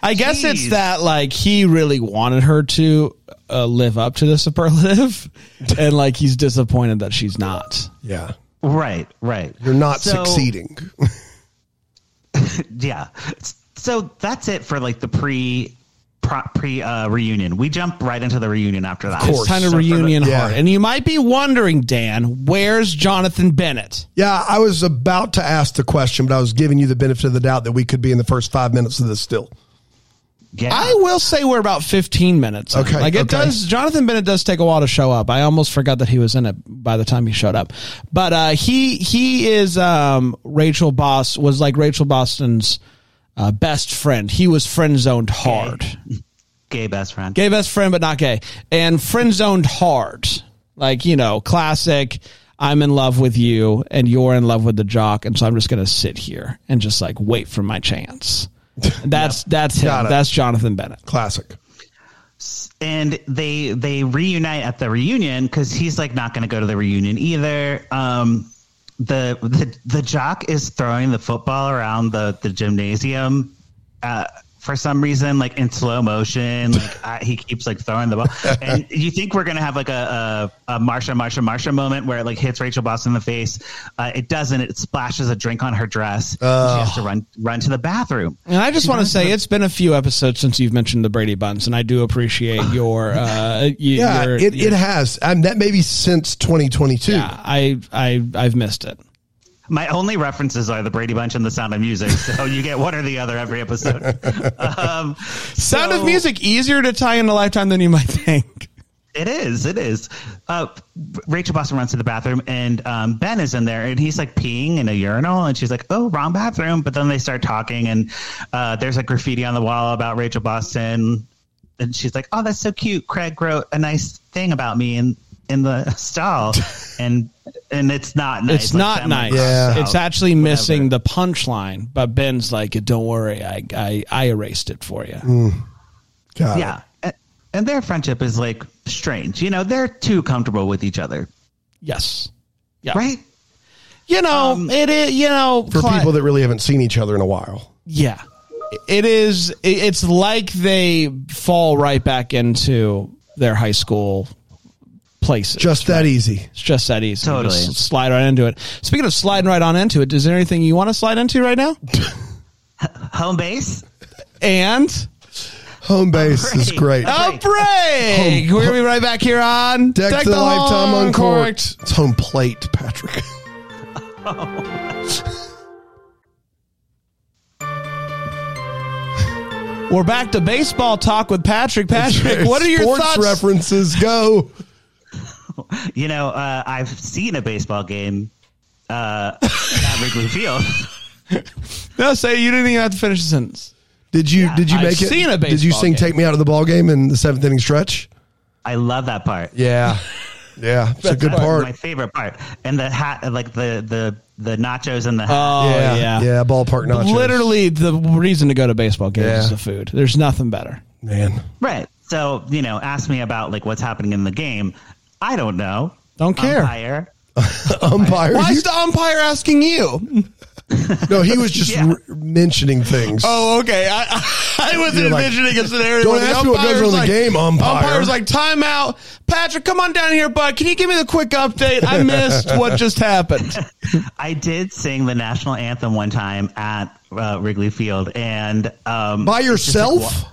Speaker 1: I guess it's
Speaker 2: Jeez.
Speaker 1: that like he really wanted her to uh, live up to the superlative, and like he's disappointed that she's not.
Speaker 3: Yeah.
Speaker 2: Right, right.
Speaker 3: You're not
Speaker 2: So-
Speaker 3: succeeding. *laughs*
Speaker 2: Yeah. So that's it for like the pre pro, pre uh, reunion. We jump right into the reunion after that. Of
Speaker 3: course.
Speaker 1: It's time to
Speaker 2: So for the-
Speaker 1: reunion
Speaker 3: yeah.
Speaker 1: hard, and you might be wondering, Dan, where's Jonathan Bennett?
Speaker 3: Yeah, I was about to ask the question, but I was giving you the benefit of the doubt that we could be in the first five minutes of this still.
Speaker 2: yeah.
Speaker 1: I will say we're about 15 minutes. in.
Speaker 3: Okay,
Speaker 1: Like it
Speaker 3: okay.
Speaker 1: does, Jonathan Bennett does take a while to show up. I almost forgot that he was in it by the time he showed up. But, uh, he, he is, um, Rachel Boss was like Rachel Boston's, uh, best friend. He was friend zoned hard.
Speaker 2: gay best friend.
Speaker 1: Gay best friend, but not gay. And friend zoned hard. Like, you know, classic. I'm in love with you and you're in love with the jock. And so I'm just going to sit here and just like wait for my
Speaker 3: *laughs*
Speaker 1: chance. That's, that's him.
Speaker 3: Got it.
Speaker 1: That's Jonathan Bennett.
Speaker 3: Classic.
Speaker 2: and they they reunite at the reunion because he's like not going to go to the reunion either. Um, the the the jock is throwing the football around the the gymnasium uh, for some reason, like in slow motion. Like I, he keeps like throwing the ball, and you think we're gonna have like a a, a Marsha Marsha Marsha moment where it like hits Rachel Boston in the face. Uh, it doesn't. It splashes a drink on her dress. she has to run run to the bathroom.
Speaker 1: And I just want to say it's been a few episodes since you've mentioned the Brady Bunch, and I do appreciate
Speaker 3: *laughs*
Speaker 1: your uh, y-
Speaker 3: Yeah,
Speaker 1: your,
Speaker 3: it, it has. Um, that maybe since 2022.
Speaker 1: yeah, I I I've missed it.
Speaker 2: My only references are the Brady Bunch and the Sound of
Speaker 1: *laughs*
Speaker 2: Music, so you get one or the other every episode. um,
Speaker 1: Sound
Speaker 2: so-
Speaker 1: of Music easier to tie into Lifetime than you might think.
Speaker 2: It is. It is. Uh, Rachel Boston runs to the bathroom, and um, Ben is in there, and he's like peeing in a urinal, and she's like, "Oh, wrong bathroom." But then they start talking, and uh, there's like graffiti on the wall about Rachel Boston, and she's like, "Oh, that's so cute." Craig wrote a nice thing about me in in the
Speaker 1: *laughs*
Speaker 2: *laughs* stall, and and it's not nice.
Speaker 1: It's
Speaker 2: Like,
Speaker 1: not
Speaker 2: Ben, like,
Speaker 1: nice.
Speaker 3: Yeah.
Speaker 1: It's actually missing the punchline. But Ben's like, "Don't worry, I I, I erased it for you."
Speaker 3: Mm. Got it.
Speaker 2: yeah and, and their friendship is like strange you know they're too comfortable with each other
Speaker 1: Yes. Yeah.
Speaker 2: right
Speaker 1: You know it is. You know
Speaker 3: For
Speaker 1: Clyde-
Speaker 3: people that really haven't seen each other in a while.
Speaker 1: Yeah. It is it- it's like they fall right back into their high school places.
Speaker 3: Just that easy.
Speaker 1: it's just that easy.
Speaker 2: Totally.
Speaker 1: Just slide right into it. Speaking of sliding right on into it, is there anything you want to slide into right now?
Speaker 2: home base
Speaker 1: And
Speaker 3: Home base is great.
Speaker 2: Great.
Speaker 1: a
Speaker 2: Break.
Speaker 1: break. We're gonna be right back here on
Speaker 3: Oh, Deck, the, lifetime
Speaker 1: Lawn
Speaker 3: uncorked. It's home plate, Patrick.
Speaker 1: Court. We're back to baseball talk with Patrick. Patrick, what are your
Speaker 3: Sports
Speaker 1: thoughts?
Speaker 3: references go?
Speaker 2: you know uh, i've seen a baseball game uh, at wrigley field
Speaker 1: No, say you didn't even have to finish the sentence.
Speaker 3: Did you did you
Speaker 1: I've
Speaker 3: make it?
Speaker 1: seen a
Speaker 3: did you
Speaker 1: baseball
Speaker 3: sing
Speaker 1: game.
Speaker 3: "Take Me Out of the Ball Game" in the seventh inning stretch?
Speaker 2: i love that part
Speaker 3: Yeah, *laughs* yeah, it's a good
Speaker 2: That was
Speaker 3: part.
Speaker 2: my favorite part and the hat like the the the nachos and the hat.
Speaker 1: Oh
Speaker 3: yeah,
Speaker 1: yeah.
Speaker 3: yeah, ballpark nachos.
Speaker 1: Literally, the reason to go to baseball games
Speaker 3: Yeah.
Speaker 1: is the food. There's nothing better. *laughs*
Speaker 3: man. *laughs*
Speaker 2: right so you know ask me about like what's happening in the game i don't know
Speaker 1: Don't care.
Speaker 2: Umpire.
Speaker 3: Umpire,
Speaker 1: Why
Speaker 3: you-
Speaker 1: is the umpire asking you?
Speaker 3: no, he was
Speaker 1: *laughs*
Speaker 3: just
Speaker 2: Yeah.
Speaker 3: r- mentioning things.
Speaker 1: Oh, okay. I, *laughs* I was
Speaker 3: You're like,
Speaker 1: envisioning a scenario.
Speaker 3: "Don't
Speaker 1: where the
Speaker 3: ask me what goes
Speaker 1: umpire's
Speaker 3: on in the
Speaker 1: like-
Speaker 3: game, umpire."
Speaker 1: Umpire's like, timeout. Patrick, come on down here, bud. Can you give me the quick update? I missed
Speaker 3: *laughs*
Speaker 1: what just happened.
Speaker 2: I did sing the national anthem one time at uh, Wrigley Field, and um,
Speaker 3: by
Speaker 2: it's just like
Speaker 3: yourself?
Speaker 2: wa-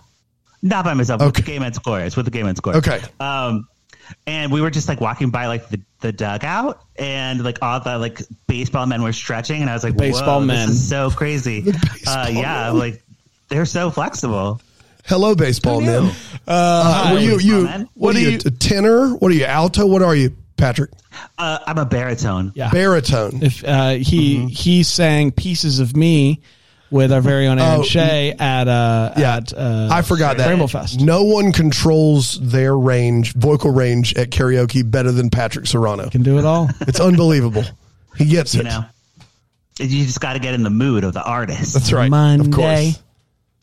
Speaker 2: not by myself. With the
Speaker 3: Okay.
Speaker 2: game at scores, with the game at scores.
Speaker 3: Okay.
Speaker 2: Um, and we were just like walking by like the, the dugout, and like all the like baseball men were stretching, and I was like,
Speaker 1: baseball
Speaker 2: "Whoa,
Speaker 1: men.
Speaker 2: this is so crazy." uh, yeah, like they're so flexible.
Speaker 3: Hello, baseball man. Uh, were you you?
Speaker 2: Baseball
Speaker 3: What,
Speaker 2: man.
Speaker 3: are you? A tenor? What are you? Alto? What are you, Patrick?
Speaker 2: Uh, I'm a baritone.
Speaker 1: Yeah.
Speaker 3: Baritone.
Speaker 1: If uh, he
Speaker 3: Mm-hmm.
Speaker 1: he sang "Pieces of Me" with our very own Aaron
Speaker 3: Oh,
Speaker 1: Shea at uh,
Speaker 3: yeah.
Speaker 1: at uh,
Speaker 3: I forgot that.
Speaker 1: Rainbow Fest.
Speaker 3: No one controls their range, vocal range at karaoke better than Patrick Serrano.
Speaker 1: Can do it all.
Speaker 3: It's unbelievable. He gets
Speaker 2: You
Speaker 3: it.
Speaker 2: know, you just got to get in the mood of the artist.
Speaker 3: That's *laughs* right. Of
Speaker 1: Monday.
Speaker 3: course.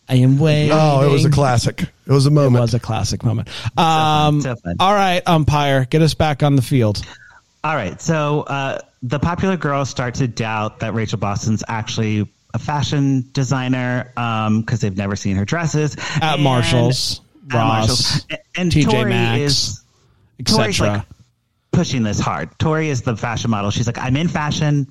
Speaker 1: I am waiting.
Speaker 3: Oh, it was a classic. It was a
Speaker 1: It
Speaker 3: moment.
Speaker 1: was a classic moment. Um,
Speaker 2: so fun.
Speaker 1: all right, umpire, get us back on the field.
Speaker 2: All right. So uh, the popular girls start to doubt that Rachel Boston's actually a fashion designer because they've never seen her dresses
Speaker 1: At
Speaker 2: And-
Speaker 1: Marshalls,
Speaker 2: at
Speaker 1: Ross,
Speaker 2: A- and
Speaker 1: TJ
Speaker 2: Tori
Speaker 1: Maxx,
Speaker 2: is Tori's
Speaker 1: etc.
Speaker 2: like pushing this hard. Tori is the fashion model. She's like, I'm in fashion.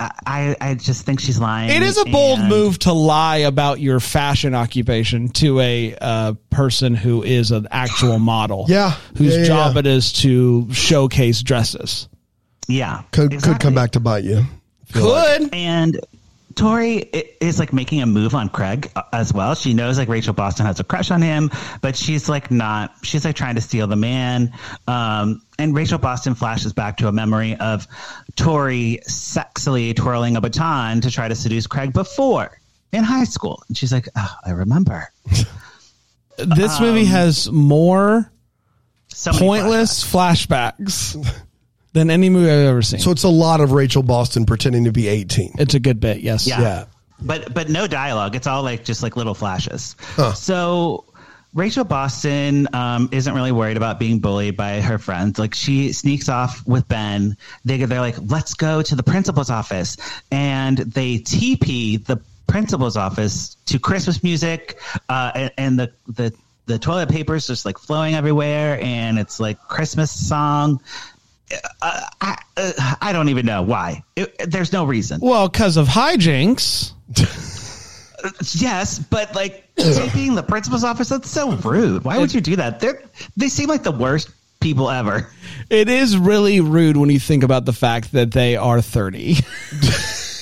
Speaker 2: I I, I just think she's lying.
Speaker 1: It is a bold
Speaker 2: and-
Speaker 1: move to lie about your fashion occupation to a uh, person who is an actual model.
Speaker 3: Yeah.
Speaker 1: Whose
Speaker 3: Yeah, yeah,
Speaker 1: job
Speaker 3: yeah.
Speaker 1: it is to showcase dresses.
Speaker 2: Yeah,
Speaker 3: could, could
Speaker 2: exactly.
Speaker 3: come back to bite you. Feel like-
Speaker 1: Good.
Speaker 2: And Tori i- is like making a move on Craig uh, as well. She knows like Rachel Boston has a crush on him, but she's like not. She's like trying to steal the man. Um, and Rachel Boston flashes back to a memory of Tori sexily twirling a baton to try to seduce Craig before in high school. And she's like, oh, I remember.
Speaker 1: This
Speaker 2: Um,
Speaker 1: movie has more
Speaker 2: So many
Speaker 1: pointless flashbacks than any movie I've ever seen.
Speaker 3: So it's a lot of Rachel Boston pretending to be 18.
Speaker 1: it's a good bit, yes.
Speaker 2: Yeah.
Speaker 3: Yeah.
Speaker 2: But but no dialogue. It's all like just like little flashes. So Rachel Boston um, isn't really worried about being bullied by her friends. Like she sneaks off with Ben. They they're like, let's go to the principal's office, and they TP the principal's office to Christmas music, uh, and, and the the the toilet paper is just like flowing everywhere, and it's like Christmas song. Uh, I uh, I don't even know why. It, there's no reason.
Speaker 1: Well, because of hijinks.
Speaker 2: Yes, but like
Speaker 3: *coughs*
Speaker 2: taking the principal's office, that's so rude. Why would you do that? They're, they seem like the worst people
Speaker 1: *laughs*
Speaker 2: ever.
Speaker 1: It is really rude when you think about the fact that they are 30.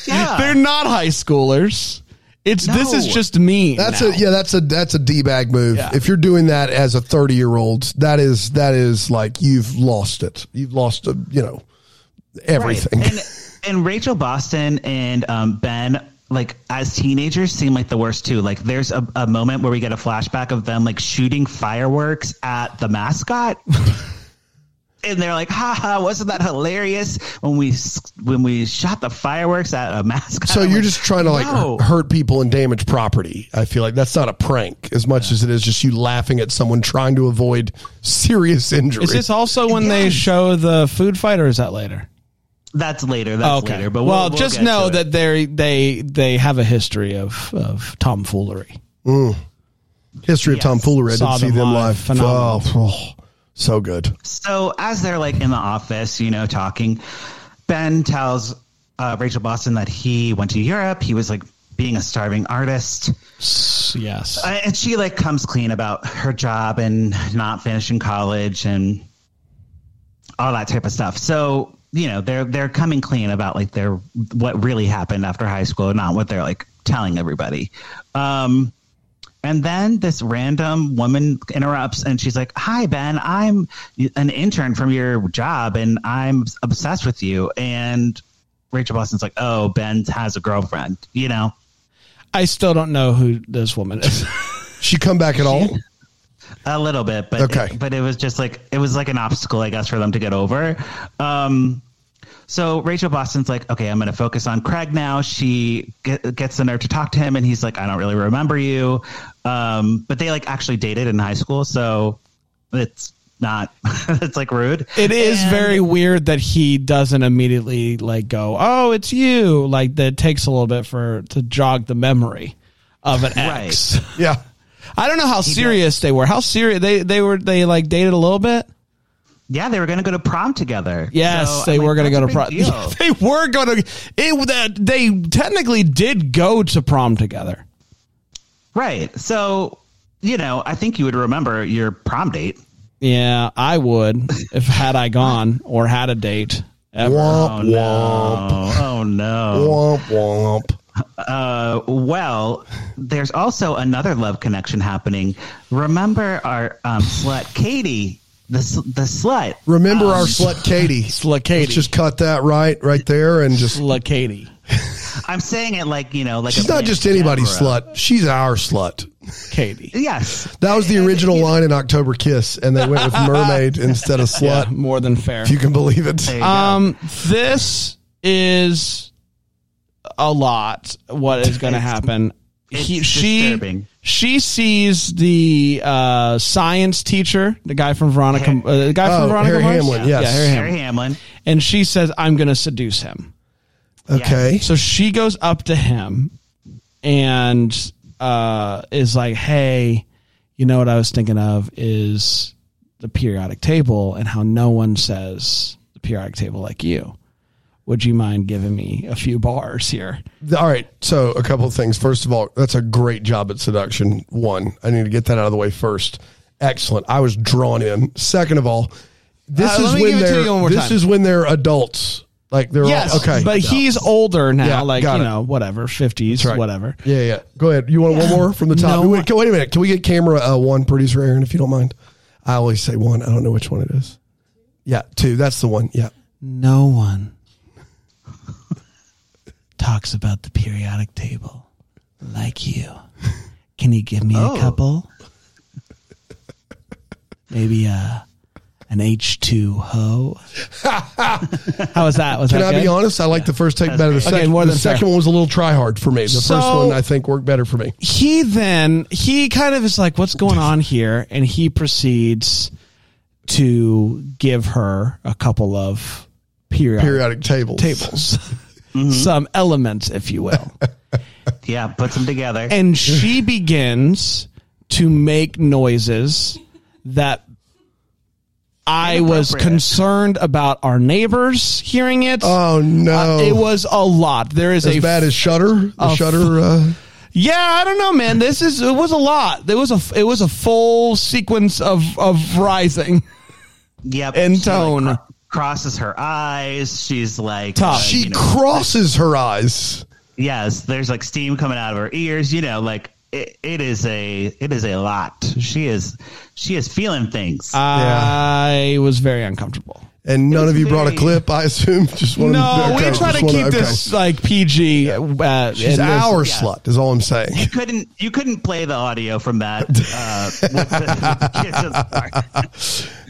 Speaker 2: Yeah.
Speaker 1: They're not high schoolers. It's this is
Speaker 2: No.
Speaker 1: just me.
Speaker 3: That's
Speaker 1: now.
Speaker 3: a yeah. That's a that's a d bag move.
Speaker 1: Yeah.
Speaker 3: If you're doing that as a thirty year old, that is that is like you've lost it. You've lost uh, you know everything.
Speaker 2: Right. And, and Rachel Boston and um, Ben, like as teenagers, seem like the worst too. Like there's a, a moment where we get a flashback of them like shooting fireworks at the
Speaker 3: *laughs*
Speaker 2: mascot. And they're like, "Ha ha! Wasn't that hilarious when we s- when we shot the fireworks at a mascot?"
Speaker 3: *laughs* so
Speaker 2: I'm
Speaker 3: you're
Speaker 2: like,
Speaker 3: just trying to like
Speaker 2: no.
Speaker 3: hurt people and damage property. I feel like that's not a prank as much as it is just you laughing at someone trying to avoid serious injury.
Speaker 1: Is this also when they
Speaker 2: Yes.
Speaker 1: show the food fight, or is that later?
Speaker 2: That's later. That's later. But we'll,
Speaker 1: well,
Speaker 2: we'll
Speaker 1: just
Speaker 2: get
Speaker 1: know
Speaker 2: to it.
Speaker 1: that they they they have a history of of tomfoolery.
Speaker 3: History of
Speaker 2: Yes.
Speaker 3: tomfoolery. I
Speaker 1: Saw
Speaker 3: didn't see
Speaker 1: them
Speaker 3: them
Speaker 1: live.
Speaker 3: live.
Speaker 1: Phenomenal.
Speaker 3: Oh, oh, so good.
Speaker 2: So as they're like in the office, you know, talking, Ben tells uh, Rachel Boston that he went to Europe. He was like being a starving artist,
Speaker 1: S- Yes.
Speaker 2: Uh, and she like comes clean about her job and not finishing college and all that type of stuff. So you know, they're they're coming clean about like their what really happened after high school, not what they're like telling everybody. Um, and then this random woman interrupts and she's like, Hi, Ben, I'm an intern from your job and I'm obsessed with you. And Rachel Boston's like, Oh, Ben has a girlfriend, you know?
Speaker 1: I still don't know who this woman
Speaker 2: *laughs*
Speaker 1: is.
Speaker 3: She come back at all?
Speaker 2: A little bit, but
Speaker 3: Okay.
Speaker 2: it, but it was just like it was like an obstacle, I guess, for them to get over. Um, so Rachel Boston's like, okay, I'm going to focus on Craig now. She get, gets the nerve to talk to him, and he's like, I don't really remember you. Um, but they like actually dated in high school, so it's not *laughs* it's like rude.
Speaker 1: It is
Speaker 2: And-
Speaker 1: very weird that he doesn't immediately like go, "Oh, it's you." Like that takes a little bit for to jog the memory of an
Speaker 2: Right.
Speaker 1: ex.
Speaker 3: Yeah.
Speaker 1: I don't know how serious they were. How serious they they were they like dated a little bit?
Speaker 2: Yeah, they were going to go to prom together.
Speaker 1: Yes,
Speaker 2: So
Speaker 1: they
Speaker 2: I'm
Speaker 1: were going to
Speaker 2: like,
Speaker 1: go to
Speaker 2: that's a
Speaker 1: prom.
Speaker 2: big deal.
Speaker 1: *laughs*
Speaker 2: *laughs*
Speaker 1: they were going to. It that they technically did go to prom together.
Speaker 2: right. So you know, I think you would remember your prom
Speaker 1: *laughs*
Speaker 2: date.
Speaker 1: Yeah, I would if had I gone or had a date. Ever.
Speaker 3: Womp, womp,
Speaker 2: Oh, oh no.
Speaker 3: womp, womp.
Speaker 2: Uh, well, there's also another love connection happening. Remember our um, slut Katie, the s- the slut.
Speaker 3: Remember our slut Katie.
Speaker 1: Ah, Slut Katie.
Speaker 3: Let's just cut that right right there and just
Speaker 1: La Katie.
Speaker 2: I'm saying it like you know, like
Speaker 3: She's
Speaker 2: a
Speaker 3: not
Speaker 2: Lance
Speaker 3: just anybody's
Speaker 2: Deborah.
Speaker 3: slut. She's our slut. *laughs*
Speaker 1: Katie.
Speaker 2: Yes,
Speaker 3: That was the original line in October Kiss, and they
Speaker 1: *laughs*
Speaker 3: went with mermaid instead of slut.
Speaker 1: Yeah, more than fair.
Speaker 3: If you can believe it.
Speaker 2: There you go.
Speaker 1: Um, this is a lot. What is going to happen?
Speaker 2: it's
Speaker 1: she
Speaker 2: disturbing.
Speaker 1: she sees the uh, science teacher, the guy from Veronica, uh, the guy
Speaker 3: Oh,
Speaker 1: from Veronica
Speaker 3: Harry
Speaker 1: Mars?
Speaker 3: Hamlin, yes.
Speaker 1: yeah, Harry
Speaker 2: Harry
Speaker 1: Hamlin.
Speaker 2: Hamlin.
Speaker 1: And she says, "I'm going to seduce him."
Speaker 3: Okay.
Speaker 1: So she goes up to him and uh, is like, "Hey, you know what I was thinking of is the periodic table and how no one says the periodic table like you. Would you mind giving me a few bars here?"
Speaker 3: All right. So a couple of things. First of all, that's a great job at seduction. One, I need to get that out of the way first. Excellent. I was drawn in. Second of all, this
Speaker 1: Uh, let
Speaker 3: is
Speaker 1: me
Speaker 3: when
Speaker 1: give it to
Speaker 3: they're
Speaker 1: you one more
Speaker 3: this
Speaker 1: time.
Speaker 3: is when they're adults. Like they're
Speaker 1: Yes,
Speaker 3: all okay.
Speaker 1: but he's older now,
Speaker 3: Yeah,
Speaker 1: like you
Speaker 3: got it.
Speaker 1: know, whatever, fifties,
Speaker 3: That's right.
Speaker 1: whatever.
Speaker 3: Yeah, yeah. Go ahead. You want one more from the top?
Speaker 1: No.
Speaker 3: wait, wait a minute. Can we get camera uh, one, producer Aaron, if you don't mind? I always say one. I don't know which one it is. Yeah, two. That's the one. Yeah.
Speaker 1: No one talks about the periodic table like you. Can you give me
Speaker 2: Oh.
Speaker 1: a couple? Maybe uh, an H two
Speaker 3: *laughs*
Speaker 1: ho. How was that? Was
Speaker 3: Can
Speaker 1: that
Speaker 3: I
Speaker 1: good?
Speaker 3: be honest? I like the first take better.
Speaker 1: great.
Speaker 3: The
Speaker 1: Okay,
Speaker 3: second,
Speaker 1: more
Speaker 3: the
Speaker 1: than fair.
Speaker 3: second one was a little try hard for me. The first
Speaker 1: So-
Speaker 3: one I think worked better for me.
Speaker 1: he then he kind of is like what's going on here and he proceeds to give her a couple of periodic,
Speaker 3: Periodic Mm-hmm. tables. *laughs*
Speaker 1: tables some elements if you will
Speaker 2: Yeah, put them together.
Speaker 1: and she
Speaker 3: *laughs*
Speaker 1: begins to make noises that I was
Speaker 2: Inappropriate.
Speaker 1: concerned about our neighbors hearing it.
Speaker 3: Oh no!
Speaker 1: Uh, it was a lot. There is
Speaker 3: as
Speaker 1: a
Speaker 3: bad as Shutter. The
Speaker 1: f-
Speaker 3: Shutter. Uh,
Speaker 1: yeah. I don't know, man. This is it was a lot. There was a it was a full sequence of of rising.
Speaker 2: yep,
Speaker 1: and
Speaker 2: she, like,
Speaker 1: tone.
Speaker 2: cro- crosses her eyes. She's like,
Speaker 1: Tough.
Speaker 2: uh,
Speaker 3: she
Speaker 2: you know,
Speaker 3: crosses her eyes.
Speaker 2: yes, there's like steam coming out of her ears. You know, like it, it is a it is a lot. She is she is feeling things.
Speaker 1: I was very uncomfortable.
Speaker 3: And none of you brought a
Speaker 2: very-
Speaker 3: clip, I assume. *laughs* Just one.
Speaker 1: No, we try to keep this like PG. Uh,
Speaker 3: She's
Speaker 1: and this-
Speaker 3: our
Speaker 2: yeah.
Speaker 3: slut, is all I'm saying.
Speaker 2: couldn't you couldn't play the audio from that? Uh, with
Speaker 3: *laughs*
Speaker 2: the-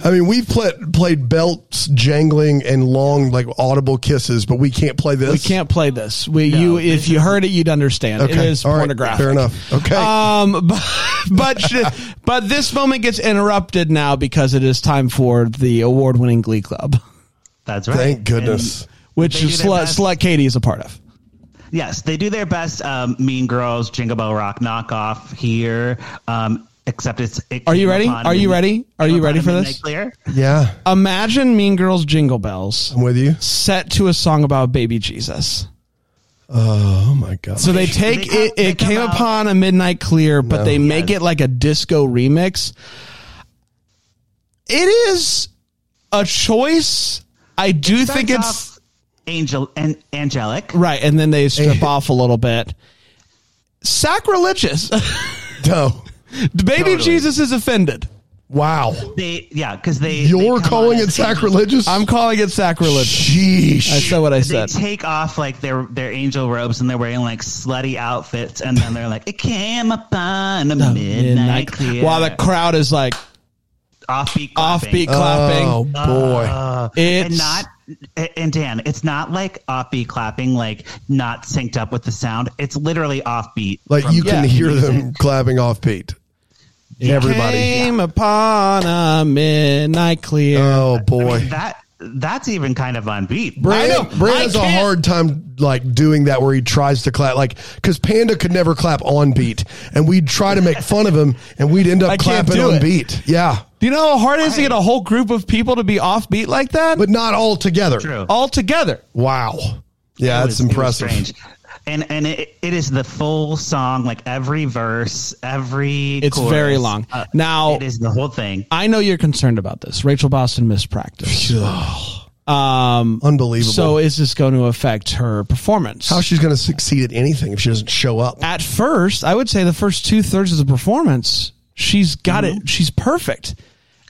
Speaker 3: I mean, we've played played belts jangling and long, like audible kisses, but we can't play this.
Speaker 1: We can't play this. We
Speaker 2: No,
Speaker 1: you
Speaker 2: this
Speaker 1: if you heard it, you'd understand. It is
Speaker 3: all right,
Speaker 1: pornographic.
Speaker 3: fair enough. Okay.
Speaker 1: Um, but but, sh- but this moment gets interrupted now because it is time for the award-winning Glee Club,
Speaker 2: That's right.
Speaker 3: Thank
Speaker 2: And-
Speaker 3: goodness.
Speaker 1: which
Speaker 2: They do their
Speaker 1: slut
Speaker 2: best.
Speaker 1: slut Katie is a part of.
Speaker 2: Yes, they do their best. Um, mean Girls, Jingle Bell Rock knockoff here. Um, except it's. It
Speaker 1: Are you
Speaker 2: came
Speaker 1: ready?
Speaker 2: upon
Speaker 1: Are you
Speaker 2: me-
Speaker 1: ready? Are you
Speaker 2: upon
Speaker 1: ready
Speaker 2: a
Speaker 1: for
Speaker 2: midnight
Speaker 1: this?
Speaker 2: Clear.
Speaker 3: yeah,
Speaker 1: Imagine Mean Girls Jingle Bells
Speaker 3: I'm with you.
Speaker 1: set to a song about baby Jesus.
Speaker 3: Oh my god.
Speaker 1: So they take
Speaker 2: They come-
Speaker 1: it.
Speaker 2: they
Speaker 1: It
Speaker 2: come
Speaker 1: came
Speaker 2: out-
Speaker 1: upon a midnight clear, but
Speaker 3: No.
Speaker 1: they make it like a disco remix. It is a choice. I do think
Speaker 2: Starts
Speaker 1: it's
Speaker 2: off Angel and Angelic.
Speaker 1: right, and then they strip off a little bit. Sacrilegious.
Speaker 3: no.
Speaker 1: Baby Jesus is offended.
Speaker 3: Wow.
Speaker 2: They yeah, because they
Speaker 3: You're
Speaker 2: they come
Speaker 3: calling
Speaker 2: on
Speaker 3: it
Speaker 2: as-
Speaker 3: sacrilegious?
Speaker 1: I'm calling it sacrilegious. I
Speaker 3: Sheesh.
Speaker 1: said what I
Speaker 2: They
Speaker 1: said.
Speaker 2: take off like their their angel robes and they're wearing like slutty outfits and then they're like it came upon a midnight,
Speaker 1: Midnight.
Speaker 2: clear.
Speaker 1: While the crowd is like
Speaker 2: offbeat clapping.
Speaker 1: offbeat clapping.
Speaker 3: Oh boy.
Speaker 1: it's
Speaker 2: and not and Dan, it's not like offbeat clapping, like not synced up with the sound. It's literally offbeat.
Speaker 3: Like you can
Speaker 1: yeah.
Speaker 3: hear them clapping off beat. Everybody.
Speaker 1: Came upon a midnight clear.
Speaker 3: Oh boy.
Speaker 2: that that's even kind of on beat.
Speaker 1: I know.
Speaker 3: Brand, Brand
Speaker 1: I
Speaker 3: has a
Speaker 1: can't-
Speaker 3: hard time like doing that where he tries to clap like because Panda could never clap on beat and we'd try to make fun of him and we'd end
Speaker 1: I
Speaker 3: up
Speaker 1: can't
Speaker 3: clapping
Speaker 1: do
Speaker 3: on
Speaker 1: it.
Speaker 3: beat. Yeah,
Speaker 1: Do you know how hard it is to get a whole group of people to be offbeat like that?
Speaker 3: but not all together.
Speaker 2: True.
Speaker 1: all together.
Speaker 3: Wow. Yeah,
Speaker 2: It
Speaker 3: that's
Speaker 2: was- it was
Speaker 3: impressive.
Speaker 2: strange. And and it, it is the full song, like every verse, every.
Speaker 1: It's
Speaker 2: chorus.
Speaker 1: very long.
Speaker 2: Uh,
Speaker 1: Now-
Speaker 2: it is the whole thing.
Speaker 1: I know you're concerned about this. Rachel Boston missed practice. Um,
Speaker 3: Unbelievable.
Speaker 1: so is this going to affect her performance?
Speaker 3: How she's going to succeed at anything if she doesn't show up?
Speaker 1: At first, I would say the first two thirds of the performance, she's got it. She's perfect.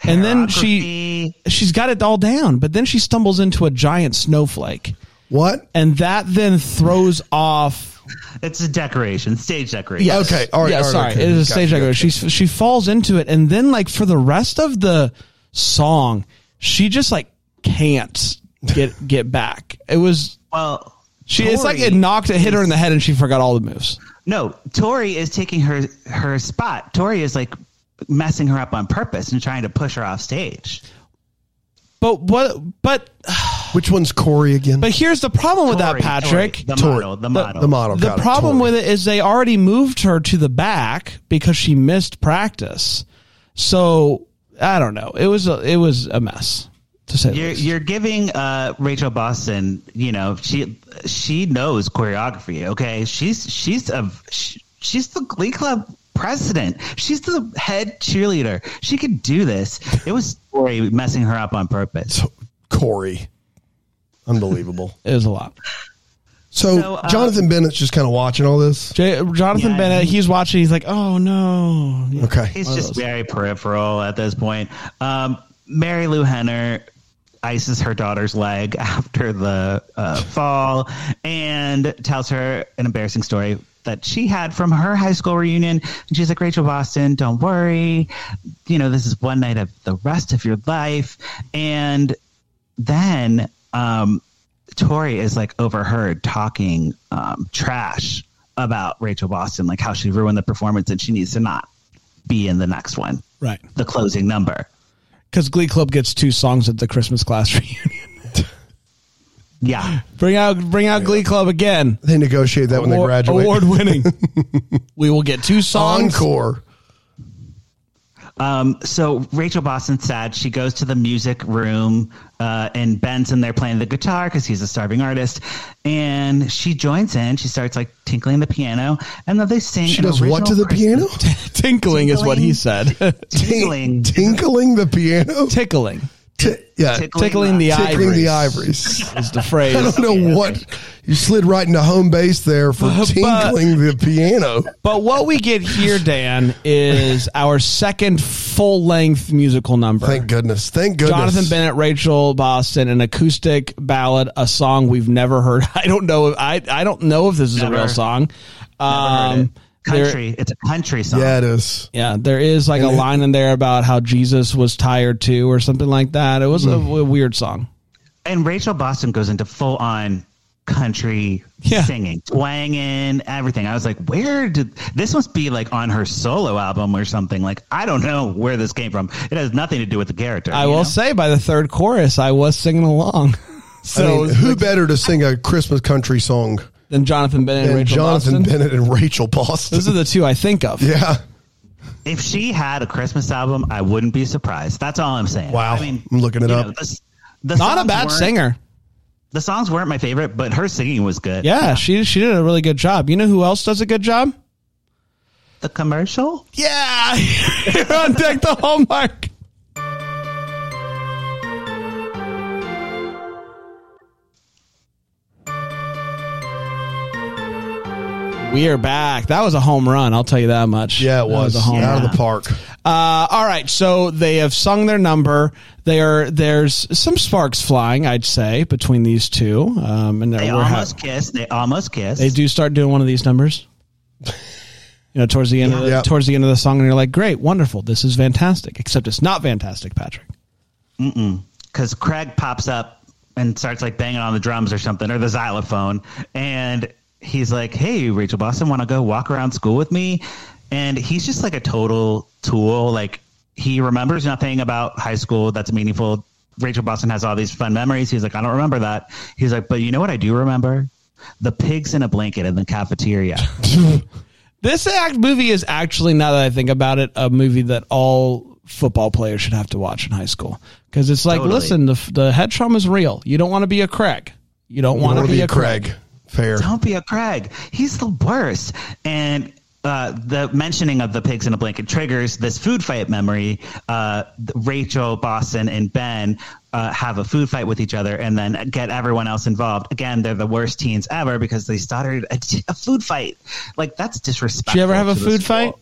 Speaker 1: And then she she's got it all down, but then she stumbles into a giant snowflake,
Speaker 3: What?
Speaker 1: and that then throws off
Speaker 2: It's a decoration, stage decoration.
Speaker 1: Yes.
Speaker 3: Okay, all right,
Speaker 1: Yeah.
Speaker 3: all right,
Speaker 1: sorry.
Speaker 3: okay,
Speaker 1: it is a
Speaker 3: gotcha,
Speaker 1: stage
Speaker 3: gotcha.
Speaker 1: decoration. She she falls into it, and then like for the rest of the song, she just like can't get *laughs* get back. It was
Speaker 2: Well,
Speaker 1: she. it's like
Speaker 2: Tori
Speaker 1: it knocked it hit her in the
Speaker 2: is-
Speaker 1: head, and she forgot all the moves.
Speaker 2: No, Tori is taking her her spot. Tori is like messing her up on purpose and trying to push her off stage.
Speaker 1: But what? But
Speaker 3: Which one's Corey again?
Speaker 1: but here's the problem with that,
Speaker 2: Tori,
Speaker 1: Patrick.
Speaker 2: Tori, the
Speaker 3: Tori,
Speaker 2: model, the model,
Speaker 3: the model.
Speaker 1: the
Speaker 3: got it,
Speaker 1: problem
Speaker 3: Tori.
Speaker 1: with it is they already moved her to the back because she missed practice. So I don't know. It was a it was a mess to say. the
Speaker 2: You're
Speaker 1: least.
Speaker 2: you're giving uh, Rachel Boston. You know she she knows choreography. Okay, she's she's a sh she's the Glee Club president. She's the head cheerleader. She could do this. It was Tori messing her up on purpose.
Speaker 3: Corey. Unbelievable.
Speaker 1: it was a lot.
Speaker 3: *laughs* So,
Speaker 2: So, uh,
Speaker 3: Jonathan Bennett's just kind of watching all this.
Speaker 1: J- Jonathan
Speaker 2: Yeah,
Speaker 1: Bennett, he's watching. He's like, oh no.
Speaker 3: Okay.
Speaker 2: He's just very peripheral at this point. Um, Mary Lou Henner ices her daughter's leg *laughs* after the uh, fall and tells her an embarrassing story that she had from her high school reunion. And she's like, Rachel Boston, don't worry. You know, this is one night of the rest of your life. And then um, Tori is like overheard talking um, trash about Rachel Boston, like how she ruined the performance and she needs to not be in the next one,
Speaker 1: Right.
Speaker 2: the closing number.
Speaker 1: Because Glee Club gets two songs at the Christmas class *laughs* reunion.
Speaker 2: Yeah.
Speaker 1: bring out, bring out Glee Club again.
Speaker 3: Uh, They negotiate that when they graduate.
Speaker 1: Award
Speaker 3: *laughs*
Speaker 1: winning. we will get two songs. *laughs*
Speaker 3: Encore.
Speaker 2: Um, so Rachel Boston sad. She goes to the music room, uh, and Ben's in there playing the guitar because he's a starving artist. And she joins in. She starts like tinkling the piano, and then they sing.
Speaker 3: She
Speaker 2: an
Speaker 3: does what to
Speaker 2: original
Speaker 3: the
Speaker 2: Christmas-
Speaker 3: piano?
Speaker 1: Tinkling is what he said. *laughs*
Speaker 3: *laughs*
Speaker 2: Tinkling.
Speaker 3: Tinkling the piano?
Speaker 1: Tickling.
Speaker 3: T- Yeah,
Speaker 2: Tickling,
Speaker 1: tickling the ivories.
Speaker 3: tickling the ivories.
Speaker 2: *laughs*
Speaker 1: is the
Speaker 3: *laughs* I
Speaker 1: phrase.
Speaker 3: don't know what you slid right into home base there
Speaker 2: Uh,
Speaker 3: for tinkling the piano.
Speaker 1: But what we get here, Dan,
Speaker 3: *laughs*
Speaker 1: is our second full length musical number.
Speaker 3: Thank goodness. Thank goodness.
Speaker 1: Jonathan Bennett, Rachel Boston, an acoustic ballad, a song we've never heard. *laughs* I don't know. I I don't know if this is
Speaker 2: Never.
Speaker 1: a real song.
Speaker 2: Heard
Speaker 1: Um,
Speaker 2: it.
Speaker 1: there-
Speaker 2: country. it's a country song.
Speaker 3: Yeah, it is.
Speaker 1: yeah, there is like a line in there about how Jesus was tired too, or something like that. It was a
Speaker 3: Hmm.
Speaker 1: w- weird song.
Speaker 2: And Rachel Boston goes into full on country
Speaker 1: Yeah.
Speaker 2: singing, twanging, everything. I was like, where did this must be like on her solo album or something? Like, I don't know where this came from. It has nothing to do with the character.
Speaker 1: I
Speaker 2: you
Speaker 1: will
Speaker 2: know?
Speaker 1: say, by the third chorus, I was singing along. *laughs*
Speaker 3: I
Speaker 1: So
Speaker 3: mean, who better to sing a Christmas country song
Speaker 1: then Jonathan Bennett and
Speaker 3: than
Speaker 1: Rachel
Speaker 3: Jonathan
Speaker 1: Boston.
Speaker 3: Bennett and Rachel Boston?
Speaker 1: Those are the two I think of.
Speaker 3: yeah.
Speaker 2: If she had a Christmas album, I wouldn't be surprised. That's all I'm saying.
Speaker 3: Wow.
Speaker 2: I mean,
Speaker 3: I'm looking it
Speaker 2: you
Speaker 3: up.
Speaker 2: know, the, the
Speaker 1: Not a
Speaker 2: songs
Speaker 1: bad
Speaker 2: weren't-
Speaker 1: singer.
Speaker 2: The songs weren't my favorite, but her singing was good.
Speaker 1: Yeah, she she did a really good job. You know who else does a good job?
Speaker 2: The commercial?
Speaker 3: *laughs*
Speaker 1: Yeah, you're on deck the hallmark. We are back. That was a home run. I'll tell you that much.
Speaker 3: Yeah,
Speaker 1: That
Speaker 3: it was.
Speaker 1: a home
Speaker 3: Out
Speaker 1: run.
Speaker 3: of the park.
Speaker 1: Uh, all right, so they have sung their number. They are there's some sparks flying, I'd say, between these two. Um, and
Speaker 2: They
Speaker 1: we're ha-
Speaker 2: almost kissed. They almost kissed.
Speaker 1: they do start doing one of these numbers. You know, towards the end of the,
Speaker 3: Yeah.
Speaker 1: towards the end of the song, and you're like, "Great, wonderful, this is fantastic." Except it's not fantastic, Patrick.
Speaker 2: because Craig pops up and starts like banging on the drums or something or the xylophone, and he's like, "Hey, Rachel Boston, want to go walk around school with me?" And he's just like a total tool. Like he remembers nothing about high school that's meaningful. Rachel Boston has all these fun memories. He's like, "I don't remember that." He's like, "But you know what I do remember." The pigs in a blanket in the cafeteria.
Speaker 1: This act movie is actually, now that I think about it, a movie that all football players should have to watch in high school because it's like,
Speaker 2: Totally.
Speaker 1: listen, the the head trauma is real. You don't want to be a Craig. You don't
Speaker 3: I
Speaker 1: want
Speaker 3: want
Speaker 1: to be a Craig.
Speaker 3: Fair.
Speaker 2: Don't be a Craig. He's the worst. And uh, the mentioning of the pigs in a blanket triggers this food fight memory. Uh, th- Rachel, Boston, and Ben uh, have a food fight with each other and then get everyone else involved. Again, they're the worst teens ever because they started a, *laughs* t- a food fight. Like, that's disrespectful.
Speaker 1: Do you ever have a
Speaker 2: to the
Speaker 1: food
Speaker 2: school. *laughs*
Speaker 1: fight?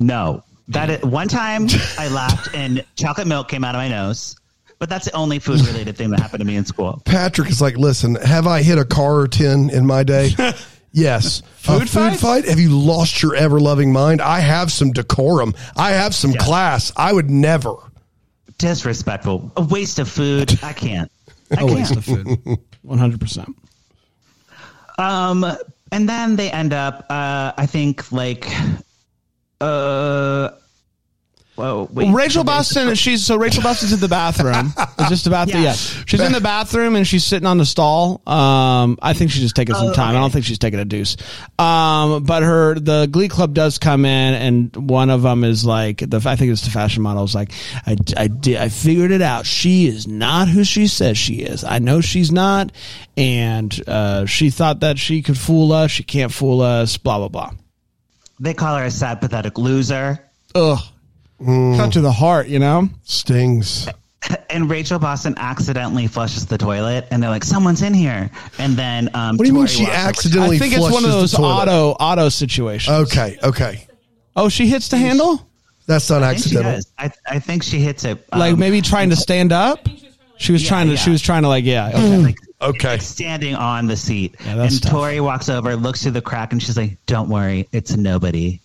Speaker 2: No. That is, one time I laughed and chocolate milk came out of my nose. But that's the only food related thing that happened to me in school.
Speaker 3: Patrick is like, listen, have I hit a car or 10 in my day?
Speaker 1: *laughs*
Speaker 3: yes. a
Speaker 1: Food
Speaker 3: food
Speaker 1: fights?
Speaker 3: fight? Have you lost your ever loving mind? I have some decorum. I have some class. I would never.
Speaker 2: disrespectful, a waste of food.
Speaker 1: *laughs*
Speaker 2: I can't. I
Speaker 1: A
Speaker 2: can't.
Speaker 1: waste of food. *laughs* One hundred percent.
Speaker 2: Um, and then they end up. Uh, I think like, uh, whoa, wait.
Speaker 1: Rachel Boston, she's so Rachel Boston's in the bathroom. It's just about the
Speaker 2: Yeah.
Speaker 1: yeah. She's in the bathroom and she's sitting on the stall. Um, I think she's just taking some time. I don't think she's taking a deuce. Um, but her the Glee Club does come in, and one of them is like the I think it's the fashion model is like I I did I figured it out. She is not who she says she is. I know she's not, and uh, she thought that she could fool us. She can't fool us. Blah blah blah.
Speaker 2: They call her a sad, pathetic loser. *laughs*
Speaker 1: Ugh, cut to the heart, you know.
Speaker 3: Stings.
Speaker 2: And Rachel Boston accidentally flushes the toilet, and they're like, "Someone's in here." And then, um,
Speaker 3: What do you mean
Speaker 2: Tori
Speaker 3: she
Speaker 2: walks over-
Speaker 3: accidentally
Speaker 1: I think it's
Speaker 3: flushes
Speaker 1: one of those
Speaker 3: the toilet?
Speaker 1: auto auto situations.
Speaker 3: Okay, okay.
Speaker 1: oh, she hits the handle,
Speaker 3: That's not
Speaker 2: I think she
Speaker 3: accidental.
Speaker 2: does. I, I think she hits it. um,
Speaker 1: like maybe trying to stand up. She was
Speaker 2: Yeah,
Speaker 1: trying to.
Speaker 2: yeah. Mm.
Speaker 1: She was trying to like yeah. okay.
Speaker 2: like,
Speaker 3: Okay.
Speaker 2: standing on the seat.
Speaker 1: Yeah, that's
Speaker 2: and
Speaker 1: tough.
Speaker 2: Tori walks over, looks through the crack, and she's like, "Don't worry, it's nobody."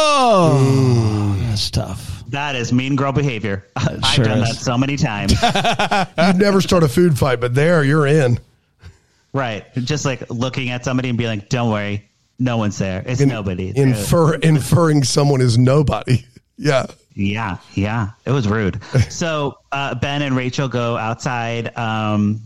Speaker 1: Oh, that's tough.
Speaker 2: That is mean girl behavior. *laughs* I've
Speaker 1: sure
Speaker 2: done
Speaker 1: is.
Speaker 2: that so
Speaker 1: *laughs*
Speaker 2: many times.
Speaker 3: You'd never start a food fight, but there
Speaker 1: *laughs*
Speaker 3: you're in.
Speaker 2: right. Just like looking at somebody and being like, don't worry, no one's there. It's nobody.
Speaker 3: Infer inferring someone is nobody. *laughs* Yeah.
Speaker 2: yeah. Yeah. It was rude. so uh, Ben and Rachel go outside. Um,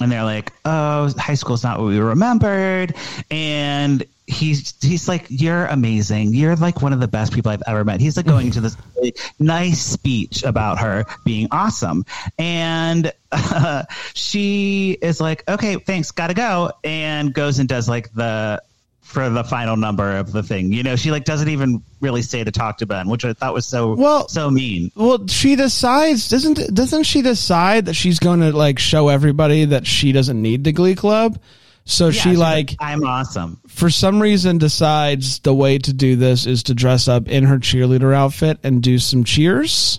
Speaker 2: and they're like, "Oh, high school's not what we remembered." And he's he's like, "You're amazing. You're like one of the best people I've ever met." He's like going into this really nice speech about her being awesome, and uh, she is like, "Okay, thanks, gotta go," and goes and does like the for the final number of the thing. You know, she like doesn't even really stay to talk to Ben, which I thought was so
Speaker 1: Well-
Speaker 2: so mean.
Speaker 1: Well, she decides doesn't doesn't she decide that she's going to like show everybody that she doesn't need the Glee Club? So
Speaker 2: Yeah,
Speaker 1: she
Speaker 2: she's
Speaker 1: like
Speaker 2: I'm awesome.
Speaker 1: for some reason decides the way to do this is to dress up in her cheerleader outfit and do some cheers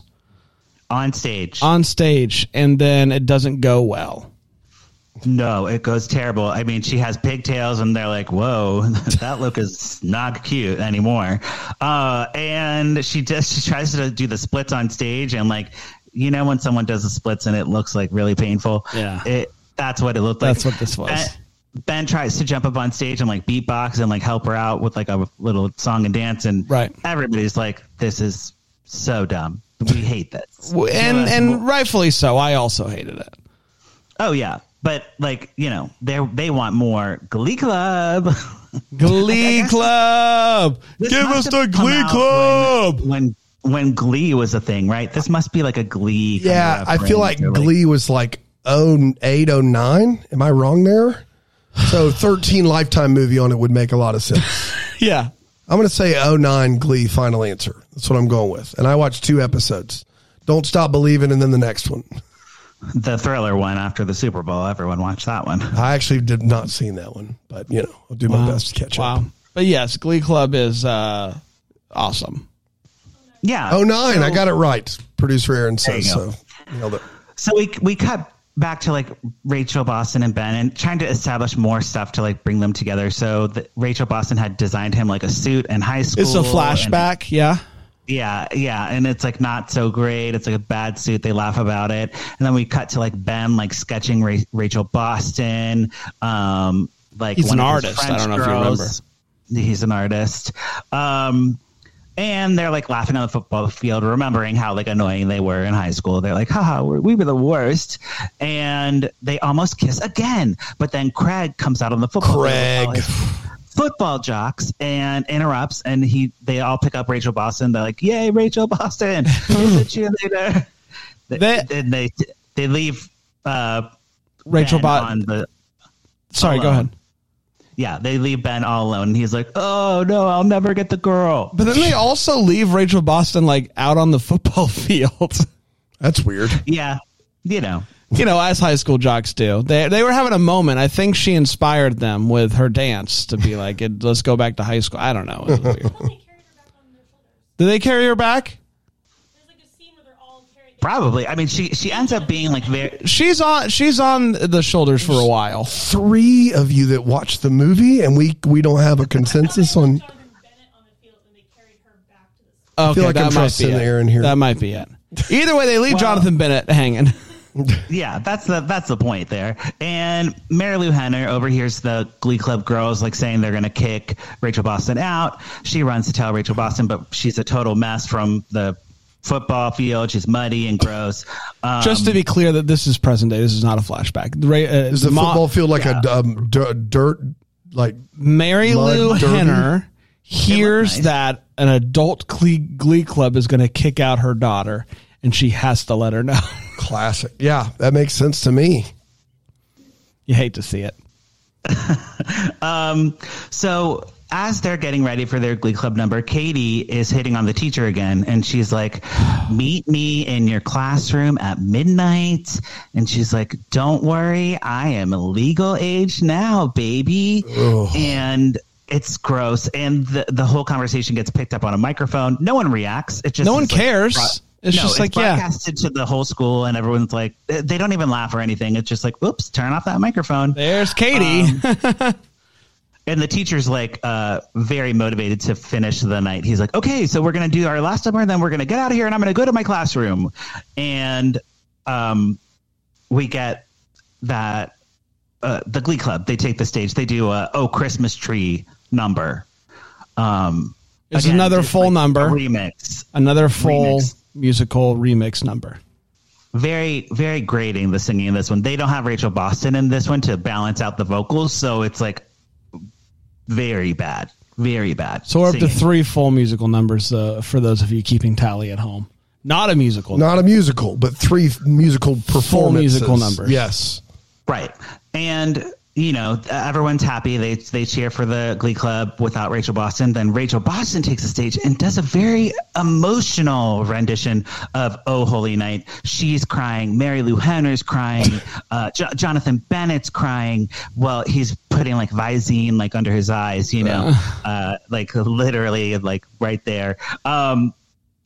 Speaker 2: On stage.
Speaker 1: on stage and then it doesn't go well.
Speaker 2: no, it goes terrible. I mean, she has pigtails and they're like, Whoa, *laughs* that look is not cute anymore. Uh and she just she tries to do the splits on stage and like you know when someone does the splits and it looks like really painful.
Speaker 1: Yeah.
Speaker 2: It that's what it looked like.
Speaker 1: That's what this was.
Speaker 2: Ben, Ben tries to jump up on stage and like beatbox and like help her out with like a little song and dance, and
Speaker 1: Right.
Speaker 2: everybody's like, "This is so dumb. We hate this."
Speaker 1: W- And
Speaker 2: Yeah.
Speaker 1: and rightfully so. I also hated it.
Speaker 2: oh yeah, but like you know, they they want more Glee Club.
Speaker 1: Glee Club.
Speaker 2: This
Speaker 1: Give
Speaker 2: must
Speaker 1: us
Speaker 2: have
Speaker 1: the
Speaker 2: come
Speaker 1: Glee
Speaker 2: out
Speaker 1: Club.
Speaker 2: when when Glee was a thing, right? This must be like a Glee. kind
Speaker 3: Yeah,
Speaker 2: of
Speaker 3: I feel like
Speaker 2: reference, or,
Speaker 3: Glee was like oh eight oh nine. Am I wrong there? So *sighs* 13 Lifetime movie on it would make a lot of sense.
Speaker 1: yeah.
Speaker 3: I'm going to say oh nine Glee Final Answer. That's what I'm going with. And I watched two episodes. Don't Stop Believing and then the next one.
Speaker 2: the Thriller one after the Super Bowl. Everyone watched that one. *laughs*
Speaker 3: I actually did not seen that one, but you know, I'll do my best to catch up.
Speaker 1: Wow. But yes, Glee Club is uh awesome.
Speaker 2: Yeah.
Speaker 3: Oh nine, I got it right. Producer Aaron says
Speaker 2: you go.
Speaker 3: so. Nailed it.
Speaker 2: So we we cut back to like Rachel Boston and Ben and trying to establish more stuff to like bring them together. So the, Rachel Boston had designed him like a suit in high school.
Speaker 1: It's a flashback, yeah.
Speaker 2: And- yeah, yeah, and it's like not so great. It's like a bad suit. They laugh about it, and then we cut to like Ben like sketching Ra- Rachel Boston. Um, like
Speaker 1: He's
Speaker 2: one
Speaker 1: an
Speaker 2: of his
Speaker 1: artist. I
Speaker 2: French
Speaker 1: don't know if you
Speaker 2: girls. He's an artist. Um, and they're like laughing on the football field, remembering how like annoying they were in high school. They're like, haha, we're, we were the worst. And they almost kiss again. But then Craig comes out on the football field
Speaker 3: Craig.
Speaker 2: Oh, with all his Football jocks and interrupts, and he they all pick up Rachel Boston. They're like, "Yay,
Speaker 1: *laughs*
Speaker 2: Rachel Boston! She's a cheerleader."
Speaker 1: They-
Speaker 2: then they they leave uh,
Speaker 1: Rachel
Speaker 2: Ben
Speaker 1: Bot.
Speaker 2: on the
Speaker 1: Sorry, go
Speaker 2: alone.
Speaker 1: ahead.
Speaker 2: yeah. They leave Ben all alone, and he's like, "Oh no, I'll never get the girl."
Speaker 1: But then they also leave Rachel Boston like out on the *laughs* football field.
Speaker 3: That's weird.
Speaker 2: Yeah, you know,
Speaker 1: you know, as high school jocks do. They they were having a moment. I think she inspired them with her dance to be like, "It- "Let's go back to high school." I don't know. It was *laughs* weird.
Speaker 4: They carried her back on their
Speaker 1: Did they
Speaker 4: shoulders.
Speaker 1: carry her back?
Speaker 4: There's like a scene where they're all carried.
Speaker 2: Probably. I mean, she she ends up being like very.
Speaker 1: She's on she's on the shoulders for a while.
Speaker 3: Three of you that watched the movie and we we don't have a consensus on
Speaker 4: Jonathan Bennett on the field, and they carried her back to the.
Speaker 1: Okay,
Speaker 3: like
Speaker 1: that might
Speaker 3: I'm
Speaker 1: be
Speaker 3: trusting
Speaker 1: it.
Speaker 3: Aaron here.
Speaker 1: That might be it. Either way, they leave Jonathan Bennett hanging.
Speaker 2: Yeah, that's the that's the point there. And Mary Lou Henner overhears the Glee Club girls like saying they're gonna kick Rachel Boston out. She runs to tell Rachel Boston, but she's a total mess from the football field. She's muddy and gross. Um,
Speaker 1: *laughs* Just to be clear, that this is present day. This is not a flashback. Ra- uh,
Speaker 3: Is the
Speaker 1: Ma-
Speaker 3: football field like a um, d- dirt like
Speaker 1: Mary
Speaker 3: Mud
Speaker 1: Lou
Speaker 3: derby?
Speaker 1: Henner hears
Speaker 2: nice.
Speaker 1: that an adult glee, glee club is going to kick out her daughter, and she has to let her know. *laughs*
Speaker 3: classic? Yeah, that makes sense to me.
Speaker 1: you hate to see it.
Speaker 2: So as they're getting ready for their Glee Club number, Katie is hitting on the teacher again, and she's like, "Meet me in your classroom at midnight." And she's like, "Don't worry, I am legal age now, baby." And it's gross, and the the whole conversation gets picked up on a microphone. No one reacts. It just
Speaker 1: No one
Speaker 2: is, like,
Speaker 1: cares. It's just like, yeah.
Speaker 2: broadcasted to the whole school, and everyone's like, they don't even laugh or anything. It's just like, "Oops, turn off that microphone."
Speaker 1: There's Katie.
Speaker 2: and the teacher's like uh, very motivated to finish the night. He's like, okay, so we're gonna do our last number, and then we're gonna get out of here, and I'm gonna go to my classroom. And um, we get that uh, the Glee Club. They take the stage. They do a oh Christmas tree number. Um,
Speaker 1: *laughs* It's another full number.
Speaker 2: a remix.
Speaker 1: Another full
Speaker 2: Remix.
Speaker 1: musical remix number.
Speaker 2: Very very grating the singing in this one. They don't have Rachel Boston in this one to balance out the vocals, so it's like very bad. Very bad.
Speaker 1: So we're up to
Speaker 2: singing.
Speaker 1: three full musical numbers uh, for those of you keeping tally at home. Not a musical.
Speaker 3: Not a musical, but three f- musical performances.
Speaker 1: musical numbers.
Speaker 3: Yes.
Speaker 2: Right. And you know, everyone's happy. They they cheer for the Glee Club without Rachel Boston. Then Rachel Boston takes the stage and does a very emotional rendition of "Oh Holy Night." She's crying. Mary Lou Henner's crying. Uh, jo- Jonathan Bennett's crying. Well, he's putting like Visine like under his eyes. You know, uh, like literally like right there. Um,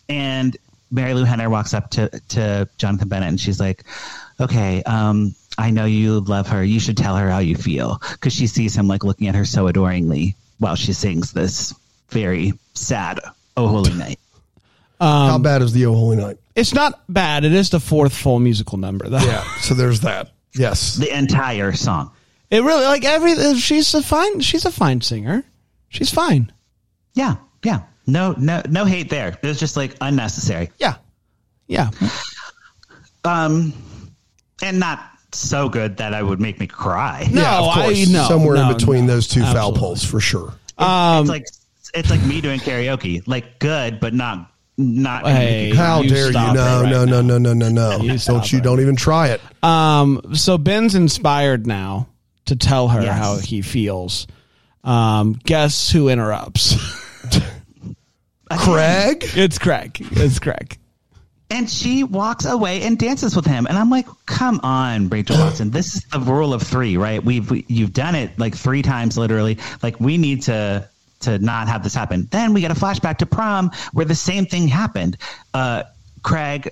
Speaker 2: and Mary Lou Henner walks up to, to Jonathan Bennett and she's like, okay, um, I know you love her. You should tell her how you feel. Cause she sees him like looking at her so adoringly while she sings this very sad, Oh Holy Night.
Speaker 1: Um,
Speaker 3: How bad is the Oh Holy Night?
Speaker 1: It's not bad. It is the fourth full musical number. Though.
Speaker 3: Yeah. *laughs* So there's that. Yes.
Speaker 2: The entire song.
Speaker 1: It really like every. She's a fine. She's a fine singer. She's fine.
Speaker 2: Yeah. Yeah. No, no, no hate there. It was just like unnecessary.
Speaker 1: Yeah. Yeah.
Speaker 2: Um, and not so good that I would make me cry.
Speaker 1: No,
Speaker 3: yeah,
Speaker 1: I no.
Speaker 3: Somewhere in
Speaker 1: no,
Speaker 3: between
Speaker 1: no.
Speaker 3: those two foul
Speaker 1: Absolutely.
Speaker 3: poles for sure.
Speaker 2: it's like, it's like me doing karaoke, like good, but not, not. gonna make you
Speaker 1: Hey.
Speaker 3: How
Speaker 1: you
Speaker 3: dare you?
Speaker 1: stop
Speaker 3: No,
Speaker 1: it right
Speaker 3: no, no, no, no, no, no,
Speaker 1: You
Speaker 3: Don't
Speaker 1: stop
Speaker 3: you?
Speaker 1: it.
Speaker 3: Don't even try it.
Speaker 1: Um, so Ben's inspired now to tell her
Speaker 2: Yes.
Speaker 1: how he feels. Um, guess who interrupts?
Speaker 3: Craig.
Speaker 1: it's Craig. It's Craig.
Speaker 2: And she walks away and dances with him. And I'm like, come on, Rachel Watson. This is the rule of three, right? We've we, you've done it like three times, literally. Like we need to to not have this happen. Then we get a flashback to prom where the same thing happened. Uh, Craig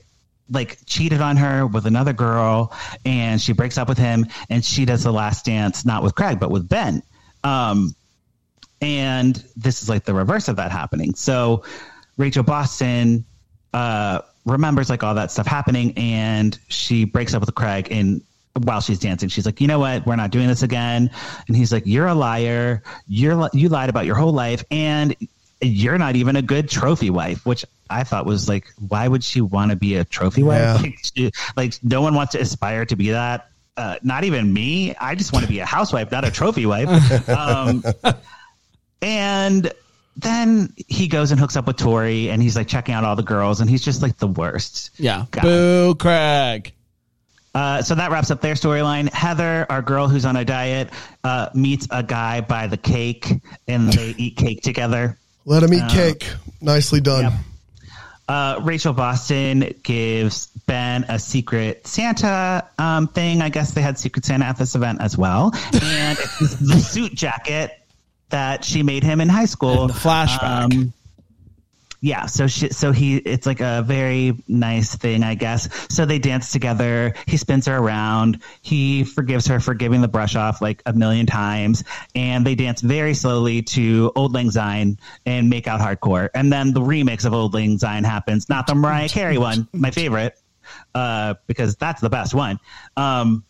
Speaker 2: like cheated on her with another girl, and she breaks up with him, and she does the last dance not with Craig but with Ben. Um, and this is like the reverse of that happening. So Rachel Boston uh, remembers like all that stuff happening, and she breaks up with Craig. And while she's dancing, she's like, "You know what? We're not doing this again." And he's like, "You're a liar. You're li- you lied about your whole life, and you're not even a good trophy wife." Which I thought was like, why would she want to be a trophy wife?
Speaker 3: Yeah.
Speaker 2: Like, *laughs* she- like no one wants to aspire to be that. Uh, not even me. I just want to be a housewife, not a trophy wife. Um, and then he goes and hooks up with Tori and he's like checking out all the girls and he's just like the worst.
Speaker 1: Yeah.
Speaker 2: Got it.
Speaker 1: Boo, Craig.
Speaker 2: Uh, so that wraps up their storyline. Heather, our girl who's on a diet, uh, meets a guy by the cake and
Speaker 1: *laughs*
Speaker 2: they eat cake together.
Speaker 3: Let him eat cake. Nicely done.
Speaker 2: Uh, Rachel Boston gives Ben a secret Santa um, thing. I guess they had Secret Santa at this event as well. And
Speaker 1: *laughs*
Speaker 2: it's the suit jacket that she made him in high school. Um,
Speaker 1: And the flashback.
Speaker 2: yeah so she, so he it's like a very nice thing i guess so they dance together he spins her around he forgives her for giving the brush off like a million times and they dance very slowly to old lang syne and make out hardcore and then the remix of old lang syne happens not the mariah carey one my favorite uh, because that's the best one um,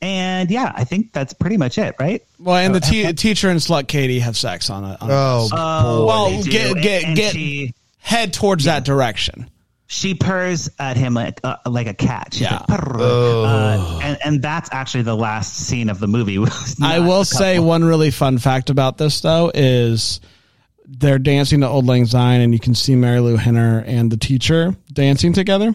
Speaker 2: and yeah i think that's pretty much it right
Speaker 1: Well, and the te- teacher and slut Katie have sex on a. On a
Speaker 3: Oh, boy.
Speaker 1: Uh, well,
Speaker 2: they do.
Speaker 1: get
Speaker 2: And-
Speaker 1: get
Speaker 2: and
Speaker 1: get
Speaker 2: she-
Speaker 1: head towards that direction.
Speaker 2: she purrs at him like uh, like a cat. She's
Speaker 1: Yeah.
Speaker 2: like, "Purr."
Speaker 3: Oh.
Speaker 2: uh, and and that's actually the last scene of the movie. *laughs* was
Speaker 1: I
Speaker 2: not-
Speaker 1: will say one really fun fact about this though is they're dancing to Old Lang Syne, and you can see Mary Lou Henner and the teacher dancing together.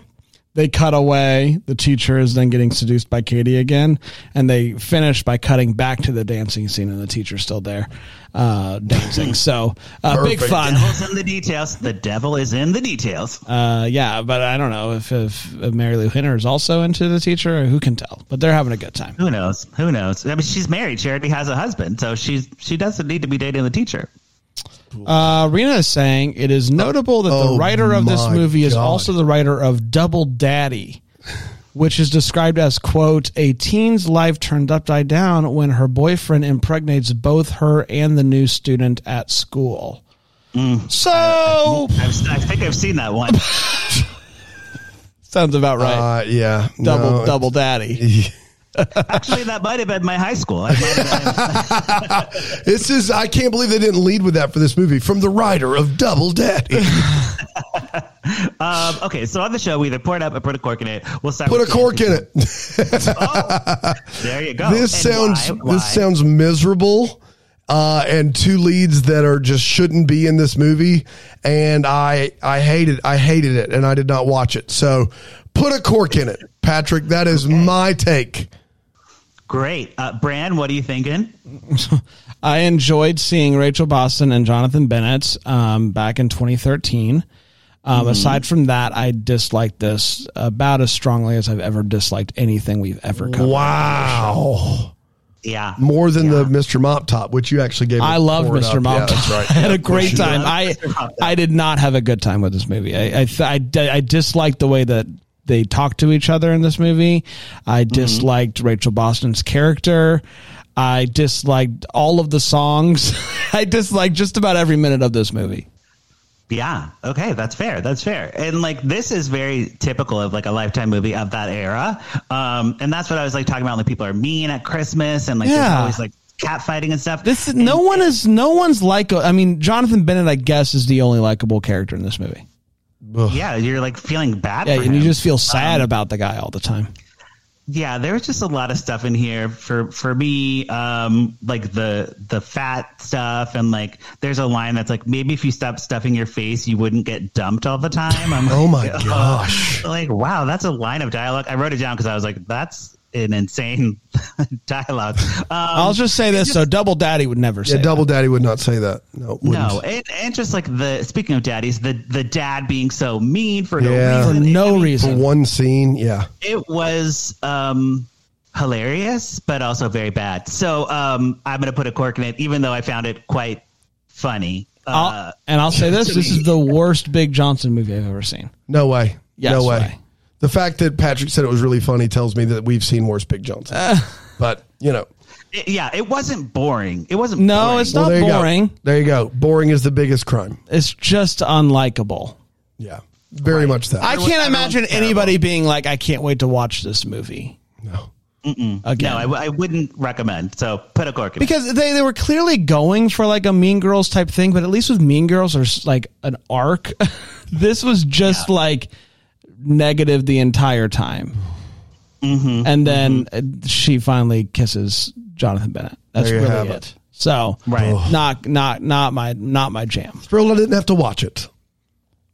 Speaker 1: They cut away. The teacher is then getting seduced by Katie again, and they finish by cutting back to the dancing scene, and the teacher's still there uh, dancing. So uh, big
Speaker 3: Perfect.
Speaker 1: fun.
Speaker 2: Devil's in the details. The devil is in the details.
Speaker 1: Uh, yeah, but I don't know if, if if Mary Lou Henner is also into the teacher. Who can tell? But they're having a good time.
Speaker 2: Who knows? Who knows? I mean, she's married. Charity has a husband, so she's she doesn't need to be dating the teacher.
Speaker 1: Uh, Rena is saying it is notable that
Speaker 3: Oh,
Speaker 1: the writer of this
Speaker 3: my
Speaker 1: movie is
Speaker 3: God.
Speaker 1: also the writer of Double Daddy, which is described as quote a teen's life turned upside down when her boyfriend impregnates both her and the new student at school.
Speaker 3: Mm.
Speaker 1: So
Speaker 2: I've, I think I've seen that one.
Speaker 1: sounds about right.
Speaker 3: Uh, yeah.
Speaker 1: double
Speaker 3: No,
Speaker 1: double daddy.
Speaker 2: Actually, that might have been my high school. I might have been-
Speaker 3: This is. I can't believe they didn't lead with that for this movie from the writer of
Speaker 2: *laughs*
Speaker 3: Double Daddy.
Speaker 2: um, okay, so on the show, we either pour it up or put a cork in it. We'll start
Speaker 3: Put a
Speaker 2: with- Oh,
Speaker 3: cork in it.
Speaker 2: There you go.
Speaker 3: *laughs* this
Speaker 2: And
Speaker 3: sounds
Speaker 2: why?
Speaker 3: this
Speaker 2: Why?
Speaker 3: sounds miserable uh, and two leads that are just shouldn't be in this movie and i i hated i hated it and i did not watch it so put a cork in it patrick that is my take
Speaker 2: Great. Uh, Bran, what are you thinking?
Speaker 1: I enjoyed seeing Rachel Boston and Jonathan Bennett um, back in 2013.
Speaker 3: Hmm.
Speaker 1: Um, Aside from that, I disliked this about as strongly as I've ever disliked anything we've ever covered.
Speaker 3: Wow.
Speaker 2: Yeah.
Speaker 3: More than the Mr. Mop Top, which you actually gave.
Speaker 1: I
Speaker 3: a
Speaker 1: loved
Speaker 3: four and
Speaker 1: Mr.
Speaker 3: up.
Speaker 1: Mop.
Speaker 3: Yeah,
Speaker 1: *laughs*
Speaker 3: that's right.
Speaker 1: I
Speaker 2: *laughs*
Speaker 1: had a
Speaker 3: Of course
Speaker 1: great
Speaker 3: you did.
Speaker 1: time. I I did not have a good time with this movie. I I, th- I, di- I disliked the way that they talked to each other in this movie.
Speaker 3: Hmm.
Speaker 1: I disliked Rachel Boston's character. I disliked all of the songs. *laughs* I disliked just about every minute of this movie.
Speaker 2: Yeah. Okay. That's fair. That's fair. And like this is very typical of like a lifetime movie of that era. Um, and that's what I was like talking about. Like people are mean at Christmas and like there's
Speaker 1: Yeah.
Speaker 2: always like cat fighting and stuff.
Speaker 1: This no one is no one's like. I mean, Jonathan Bennett, I guess, is the only likable character in this movie.
Speaker 2: yeah, you're like feeling bad.
Speaker 1: Yeah,
Speaker 2: for
Speaker 1: and you
Speaker 2: him.
Speaker 1: just feel sad about the guy all the time.
Speaker 2: yeah there was just a lot of stuff in here for for me um like the the fat stuff and like there's a line that's like maybe if you stopped stuffing your face you wouldn't get dumped all the
Speaker 1: *laughs*
Speaker 2: time i'm
Speaker 3: Oh my
Speaker 2: like, *laughs*
Speaker 3: gosh.
Speaker 2: like wow that's a line of dialogue i wrote it down because i was like that's an insane *laughs* dialogue um,
Speaker 1: I'll just say this: so Double Daddy would never say
Speaker 3: Yeah, Double Daddy would not say that. No, it wouldn't.
Speaker 2: no, and, and just like the speaking of daddies, the the dad being so mean for no
Speaker 3: Yeah.
Speaker 1: that. for
Speaker 2: reason. I
Speaker 1: no
Speaker 2: mean,
Speaker 3: For
Speaker 1: reason.
Speaker 3: one scene, yeah.
Speaker 2: it was um hilarious but also very bad so um i'm gonna put a cork in it even though i found it quite funny uh,
Speaker 1: I'll, and I'll say this: this is the worst Big Johnson movie I've ever seen.
Speaker 3: No way.
Speaker 1: Yes
Speaker 3: no way.
Speaker 1: way.
Speaker 3: The fact that Patrick said it was really funny tells me that we've seen worse Big Johnson.
Speaker 1: Ah.
Speaker 3: but you know,
Speaker 2: it- yeah it wasn't boring it wasn't
Speaker 1: Oh. No,
Speaker 2: boring.
Speaker 1: it's not
Speaker 3: there you
Speaker 1: boring.
Speaker 3: go. There you go. Boring is the biggest crime.
Speaker 1: It's just unlikable.
Speaker 3: Yeah, very much that.
Speaker 1: I
Speaker 2: Everyone-
Speaker 1: can't
Speaker 2: everyone's
Speaker 1: imagine anybody being like, "I can't wait to watch this movie."
Speaker 3: no.
Speaker 1: Again,
Speaker 2: no I, w- I wouldn't recommend so put a cork in it
Speaker 1: because they, they were clearly going for like a Mean Girls type thing, but at least with Mean Girls there's like an arc. *laughs* this was just like negative the entire time,
Speaker 3: Mm-hmm.
Speaker 1: and then uh, she finally kisses Jonathan Bennett. That's
Speaker 3: There you have
Speaker 1: really it.
Speaker 3: it.
Speaker 1: So
Speaker 2: Right. Ugh.
Speaker 1: *sighs* not not not my not my jam.
Speaker 3: Thrilled I didn't have to watch it.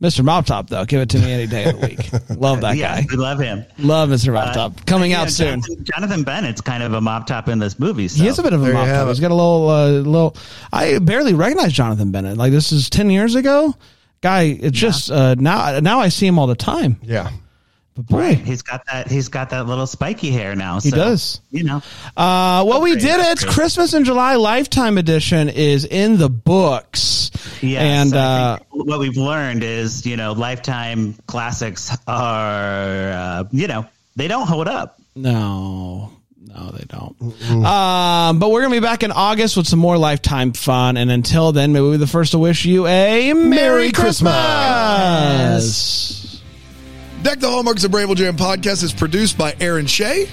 Speaker 1: Mr. Mop Top though, give it to me any day of the
Speaker 3: *laughs*
Speaker 1: week. Love that
Speaker 2: yeah
Speaker 1: guy.
Speaker 2: we love him
Speaker 1: Love Mr.
Speaker 3: Uh,
Speaker 1: Mop Top coming
Speaker 2: You know,
Speaker 1: out soon.
Speaker 2: jonathan, jonathan bennett's kind of a mop top in this movie so
Speaker 1: He is a bit of a
Speaker 3: There you
Speaker 1: mop
Speaker 3: have
Speaker 1: top.
Speaker 3: it.
Speaker 1: He's got a little, uh, little. I barely recognize Jonathan Bennett. Like this is ten years ago. Guy, it's just uh, now. Now I see him all the time.
Speaker 3: Yeah.
Speaker 1: But boy,
Speaker 2: he's got that he's got that little spiky hair now he
Speaker 1: does.
Speaker 2: you know
Speaker 1: uh, well, we
Speaker 2: great.
Speaker 1: did it. Christmas in July Lifetime Edition is in the books.
Speaker 2: Yeah,
Speaker 1: and
Speaker 2: so I
Speaker 1: uh,
Speaker 2: think what we've learned is, you know, lifetime classics are, uh, you know, they don't hold up.
Speaker 1: no. No, they don't. Um, but we're going to be back in August with some more lifetime fun. And until then, maybe we'll be the first to wish you a Merry,
Speaker 3: Christmas.
Speaker 1: Christmas.
Speaker 5: Deck the Hallmarks of Bramble Jam podcast is produced by Aaron Shea.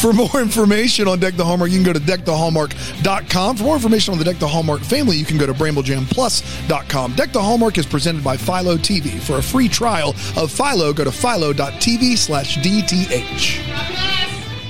Speaker 5: For more information on Deck the Hallmark, you can go to deckthehallmark.com. For more information on the Deck the Hallmark family, you can go to bramblejamplus.com. Deck the Hallmark is presented by Philo TV. For a free trial of Philo, go to philo.tv slash DTH.